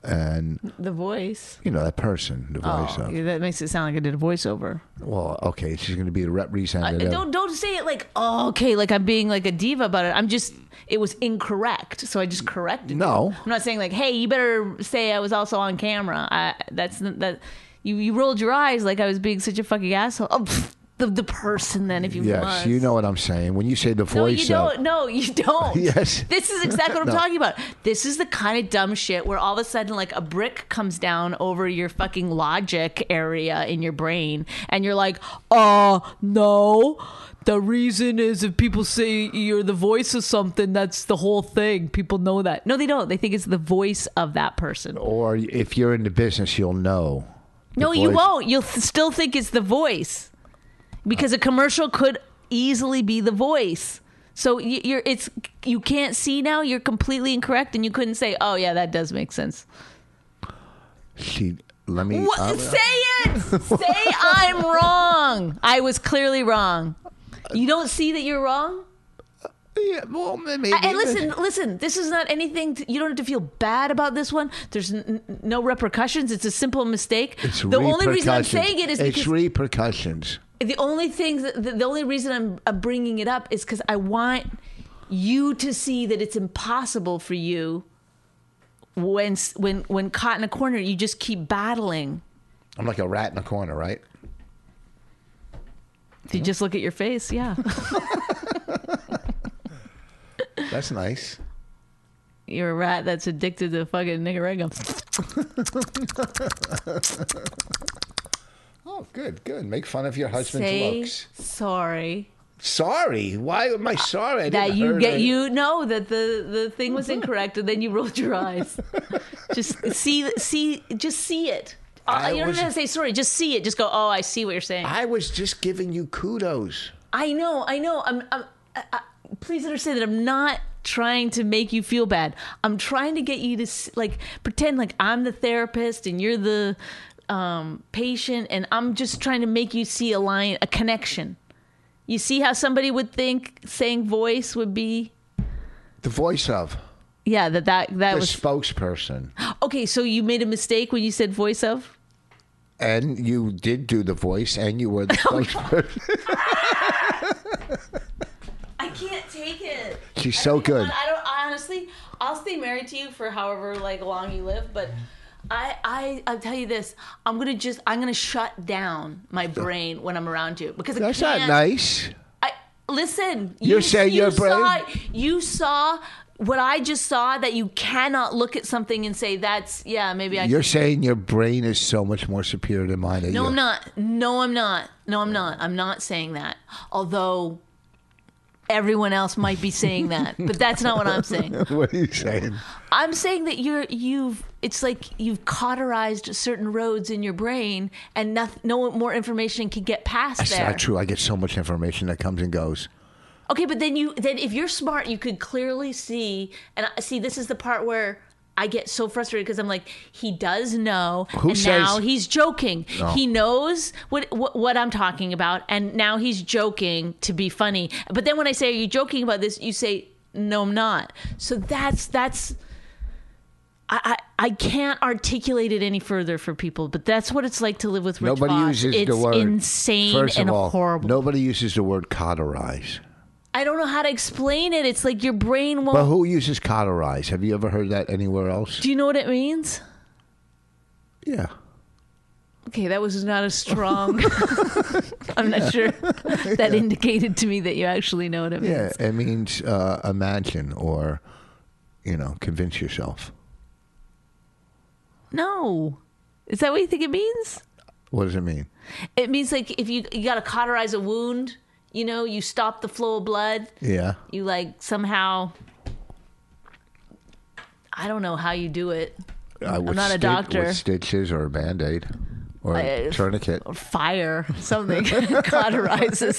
[SPEAKER 3] And
[SPEAKER 1] The voice.
[SPEAKER 3] you know that person, the
[SPEAKER 1] Oh,
[SPEAKER 3] voice of.
[SPEAKER 1] that makes it sound like I did a voiceover.
[SPEAKER 3] Well, okay, she's going to be the representative.
[SPEAKER 1] Don't don't say it like oh, okay, like I'm being like a diva about it. I'm just it was incorrect, so I just corrected.
[SPEAKER 3] No.
[SPEAKER 1] you. I'm not saying like hey, you better say I was also on camera. I that's n- that you you rolled your eyes like I was being such a fucking asshole. Oh, pfft, the the person then if you
[SPEAKER 3] yes,
[SPEAKER 1] must.
[SPEAKER 3] you know what I'm saying. When you say the
[SPEAKER 1] No,
[SPEAKER 3] voice
[SPEAKER 1] you
[SPEAKER 3] of,
[SPEAKER 1] don't. No, you [laughs] don't.
[SPEAKER 3] [laughs] Yes.
[SPEAKER 1] This is exactly what
[SPEAKER 3] [laughs] No.
[SPEAKER 1] I'm talking about. This is the kind of dumb shit where all of a sudden, like, a brick comes down over your fucking logic area in your brain, and you're like, uh, no. The reason is if people say you're the voice of something, that's the whole thing. People know that. No, they don't. They think it's the voice of that person.
[SPEAKER 3] or if you're in the business, you'll know. The
[SPEAKER 1] No, you
[SPEAKER 3] voice-
[SPEAKER 1] won't. You'll th- still think it's the voice because a commercial could easily be the voice. So y- you're it's you can't see now. You're completely incorrect, and you couldn't say, "Oh yeah, that does make sense."
[SPEAKER 3] She let me.
[SPEAKER 1] What?
[SPEAKER 3] I'm-
[SPEAKER 1] say it. say
[SPEAKER 3] [laughs]
[SPEAKER 1] I'm wrong. I was clearly wrong. You don't see that you're wrong.
[SPEAKER 3] yeah, well, maybe.
[SPEAKER 1] And listen, listen. This is not anything. To, you don't have to feel bad about this one. There's n- n- no repercussions. It's a simple mistake.
[SPEAKER 3] It's
[SPEAKER 1] the only reason I'm
[SPEAKER 3] repercussions.
[SPEAKER 1] saying it is
[SPEAKER 3] it's
[SPEAKER 1] because
[SPEAKER 3] repercussions.
[SPEAKER 1] the only thing, that- the, the only reason I'm uh, bringing it up is because I want you to see that it's impossible for you when s- when when caught in a corner, you just keep battling.
[SPEAKER 3] I'm like a rat in a corner, right?
[SPEAKER 1] If you just look at your
[SPEAKER 3] [laughs]
[SPEAKER 1] face, yeah,
[SPEAKER 3] That's nice.
[SPEAKER 1] you're a rat that's addicted to fucking niggerega.
[SPEAKER 3] Oh, good, good. Make fun of your husband's
[SPEAKER 1] Say
[SPEAKER 3] looks.
[SPEAKER 1] sorry
[SPEAKER 3] Sorry. Why am I sorry? I
[SPEAKER 1] that
[SPEAKER 3] didn't
[SPEAKER 1] you
[SPEAKER 3] hurt
[SPEAKER 1] get
[SPEAKER 3] her.
[SPEAKER 1] you know that the the
[SPEAKER 3] [laughs]
[SPEAKER 1] thing was incorrect, and then you rolled your eyes. just see see just see it. Uh,
[SPEAKER 3] I
[SPEAKER 1] you don't
[SPEAKER 3] was-
[SPEAKER 1] even have to say sorry. Just see it. Just go. Oh, I see what you're saying.
[SPEAKER 3] I was just giving you kudos.
[SPEAKER 1] I know, I know. I'm, I'm I, I, please understand that I'm not trying to make you feel bad. I'm trying to get you to s- like pretend like I'm the therapist and you're the um, patient, and I'm just trying to make you see a line, a connection. You see how somebody would think saying voice would be,
[SPEAKER 3] The voice of
[SPEAKER 1] yeah, that that that
[SPEAKER 3] the
[SPEAKER 1] was
[SPEAKER 3] spokesperson.
[SPEAKER 1] okay. So you made a mistake when you said voice of.
[SPEAKER 3] And you did do the voice, and you
[SPEAKER 1] [laughs]
[SPEAKER 3] were the
[SPEAKER 1] Oh,
[SPEAKER 3] spokesperson.
[SPEAKER 1] I can't take it.
[SPEAKER 3] She's so good.
[SPEAKER 1] I don't I honestly. I'll stay married to you for however like long you live, but I I I'll tell you this. I'm gonna just I'm gonna shut down my brain when I'm around you because
[SPEAKER 3] That's
[SPEAKER 1] I
[SPEAKER 3] not
[SPEAKER 1] can't,
[SPEAKER 3] nice.
[SPEAKER 1] I listen.
[SPEAKER 3] You're saying
[SPEAKER 1] you
[SPEAKER 3] your brain-
[SPEAKER 1] Saw, you saw what I just saw that you cannot look at something and say that's yeah maybe I.
[SPEAKER 3] You're
[SPEAKER 1] could-
[SPEAKER 3] saying your brain is so much more superior than mine.
[SPEAKER 1] no, I'm not. No, I'm not. No, I'm not. I'm not saying that. Although everyone else might be saying that, but that's not what
[SPEAKER 3] [laughs]
[SPEAKER 1] I'm saying.
[SPEAKER 3] [laughs] What are you saying?
[SPEAKER 1] I'm saying that you're you've it's like you've cauterized certain roads in your brain, and no, no more information can get past
[SPEAKER 3] That's
[SPEAKER 1] there.
[SPEAKER 3] not true. I get so much information that comes and goes.
[SPEAKER 1] Okay, but then you then if you're smart, you could clearly see and I- see. This is the part where. I get so frustrated because I'm like, he does know,
[SPEAKER 3] Who
[SPEAKER 1] and
[SPEAKER 3] says-
[SPEAKER 1] now he's joking. He knows what, what what I'm talking about, and now he's joking to be funny. But then when I say, "Are you joking about this?" you say, "No, I'm not." So that's that's I, I I can't articulate it any further for people, but that's what it's like to live with Rich
[SPEAKER 3] nobody
[SPEAKER 1] Voss.
[SPEAKER 3] uses
[SPEAKER 1] it's
[SPEAKER 3] the word
[SPEAKER 1] insane
[SPEAKER 3] First
[SPEAKER 1] and
[SPEAKER 3] of all,
[SPEAKER 1] horrible.
[SPEAKER 3] Nobody uses the word cauterize.
[SPEAKER 1] I don't know how to explain it. It's like your brain won't.
[SPEAKER 3] But who uses cauterize? Have you ever heard that anywhere else?
[SPEAKER 1] Oh. Do you know what it means?
[SPEAKER 3] Yeah.
[SPEAKER 1] Okay, that was not a strong. [laughs] I'm not
[SPEAKER 3] [laughs]
[SPEAKER 1] sure that indicated to me that you actually know what it means.
[SPEAKER 3] Yeah, it means uh, imagine or, you know, convince yourself.
[SPEAKER 1] No, is that what you think it means?
[SPEAKER 3] What does it mean?
[SPEAKER 1] It means like if you you got to cauterize a wound, you know, you stop the flow of blood.
[SPEAKER 3] Yeah.
[SPEAKER 1] You like somehow. I don't know how you do it.
[SPEAKER 3] I would
[SPEAKER 1] not a
[SPEAKER 3] stitch-
[SPEAKER 1] doctor.
[SPEAKER 3] Uh, With stitches or a band aid or a
[SPEAKER 1] I- uh, oh,
[SPEAKER 3] tourniquet.
[SPEAKER 1] fire something
[SPEAKER 3] [laughs]
[SPEAKER 1] [laughs] cauterizes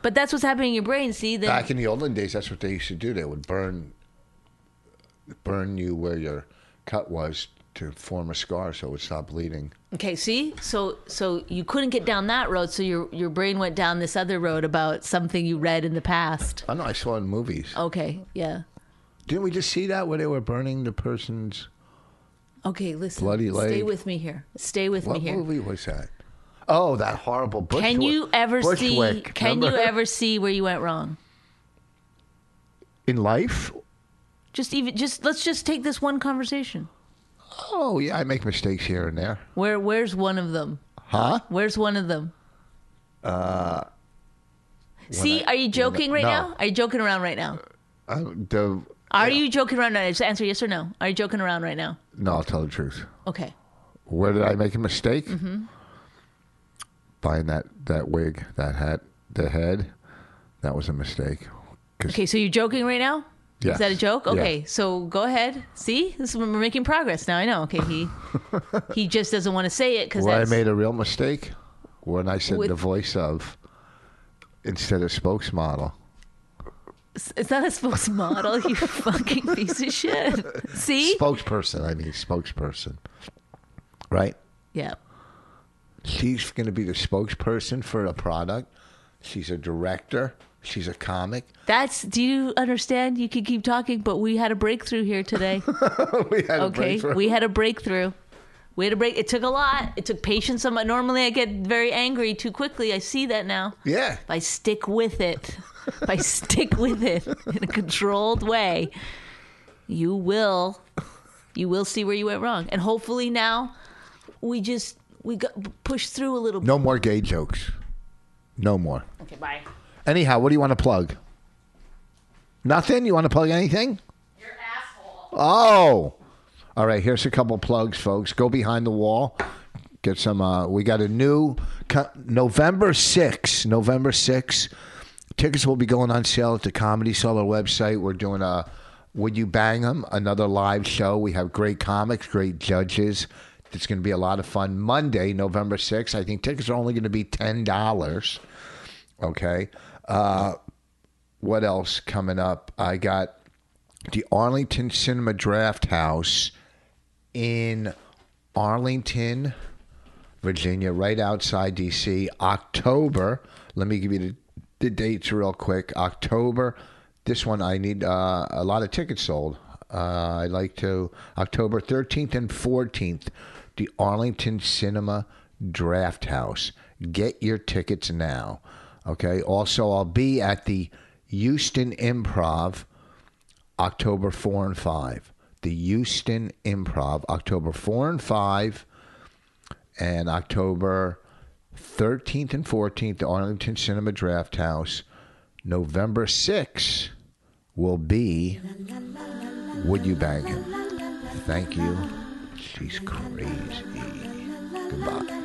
[SPEAKER 1] but that's what's happening in your brain see then
[SPEAKER 3] Back in the olden days, that's what they used to do. They would burn, burn you where your cut was to form a scar so it would stop bleeding.
[SPEAKER 1] okay see so so you couldn't get down that road so your your brain went down this other road about something you read in the past
[SPEAKER 3] I know. I saw it in movies.
[SPEAKER 1] okay yeah
[SPEAKER 3] Didn't we just see that where they were burning the person's?
[SPEAKER 1] okay listen
[SPEAKER 3] Bloody
[SPEAKER 1] stay
[SPEAKER 3] leg.
[SPEAKER 1] with me here stay with me
[SPEAKER 3] What
[SPEAKER 1] here
[SPEAKER 3] movie was that? Oh, that horrible Bushwick.
[SPEAKER 1] can you ever see
[SPEAKER 3] Bushwick,
[SPEAKER 1] can
[SPEAKER 3] remember?
[SPEAKER 1] you ever see where you went wrong
[SPEAKER 3] [laughs] in life?
[SPEAKER 1] just even just let's just take this one conversation
[SPEAKER 3] Oh yeah, I make mistakes here and there.
[SPEAKER 1] where where's one of them
[SPEAKER 3] Huh?
[SPEAKER 1] Where's one of them? Uh. See, are you joking right
[SPEAKER 3] no.
[SPEAKER 1] now? Are you joking around right now?
[SPEAKER 3] I, Uh, the
[SPEAKER 1] Are you joking around right now? Just answer yes or no. Are you joking around right now?
[SPEAKER 3] no, I'll tell the truth.
[SPEAKER 1] Okay.
[SPEAKER 3] Where did I make a mistake?
[SPEAKER 1] Mm-hmm.
[SPEAKER 3] Buying that that wig, that hat, the head. That was a mistake. 'Cause-
[SPEAKER 1] Okay, so you're joking right now?
[SPEAKER 3] Yes.
[SPEAKER 1] Is that a joke?
[SPEAKER 3] Yeah.
[SPEAKER 1] Okay, so go ahead. See, this is, we're making progress now. I know. Okay,
[SPEAKER 3] [laughs]
[SPEAKER 1] he he just doesn't want to say it because
[SPEAKER 3] Where I
[SPEAKER 1] that's
[SPEAKER 3] made a real mistake when I said
[SPEAKER 1] With-
[SPEAKER 3] the voice of instead of spokesmodel.
[SPEAKER 1] it's not a
[SPEAKER 3] [laughs]
[SPEAKER 1] spokesmodel. you fucking piece of shit. See?
[SPEAKER 3] Spokesperson, I mean spokesperson. Right?
[SPEAKER 1] yeah.
[SPEAKER 3] She's going to be the spokesperson for a product. She's a director. She's a comic. [laughs]
[SPEAKER 1] That's. Do you understand? You can keep talking, but we had a breakthrough here today.
[SPEAKER 3] we had [laughs] a
[SPEAKER 1] Okay,
[SPEAKER 3] breakthrough.
[SPEAKER 1] we had a breakthrough. We had a break. It took a lot. It took patience. Some normally I get very angry too quickly. I see that now.
[SPEAKER 3] Yeah.
[SPEAKER 1] If I stick with it, if I stick with it in a controlled way, you will, you will see where you went wrong. And hopefully now, we just we got, push through a little. bit.
[SPEAKER 3] No more gay jokes. No more.
[SPEAKER 1] Okay, bye.
[SPEAKER 3] Anyhow, what do you want to plug? Nothing? You want to plug anything?
[SPEAKER 1] You're asshole.
[SPEAKER 3] Oh. All right, here's a couple plugs, folks. Go behind the wall. Get some. Uh, we got a new co- November 6th. November 6th. Tickets will be going on sale at the Comedy Cellar website. We're doing a Would You Bang 'em? Another live show. We have great comics, great judges. It's going to be a lot of fun. Monday, November 6th. I think tickets are only going to be $10. Okay. Uh, what else coming up? I got the Arlington Cinema Draft House in Arlington, Virginia, right outside DC. October. Let me give you the, the dates real quick. October. This one I need uh, a lot of tickets sold. Uh, I'd like to October 13th and 14th, the Arlington Cinema Draft House. Get your tickets now. Okay. Also, I'll be at the Houston Improv. October 4 and 5. The Houston Improv, October 4 and 5. And October 13th and 14th, the Arlington Cinema Draft House. November 6 will be Would You Bang Him? Thank you. She's crazy. Goodbye.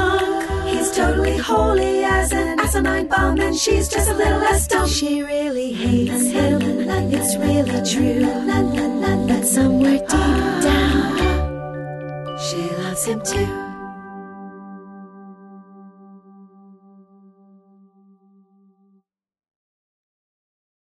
[SPEAKER 4] He's totally holy as an asinine bomb, and she's just a little less dumb. She really hates him, it's really true. But somewhere deep down, she loves him too.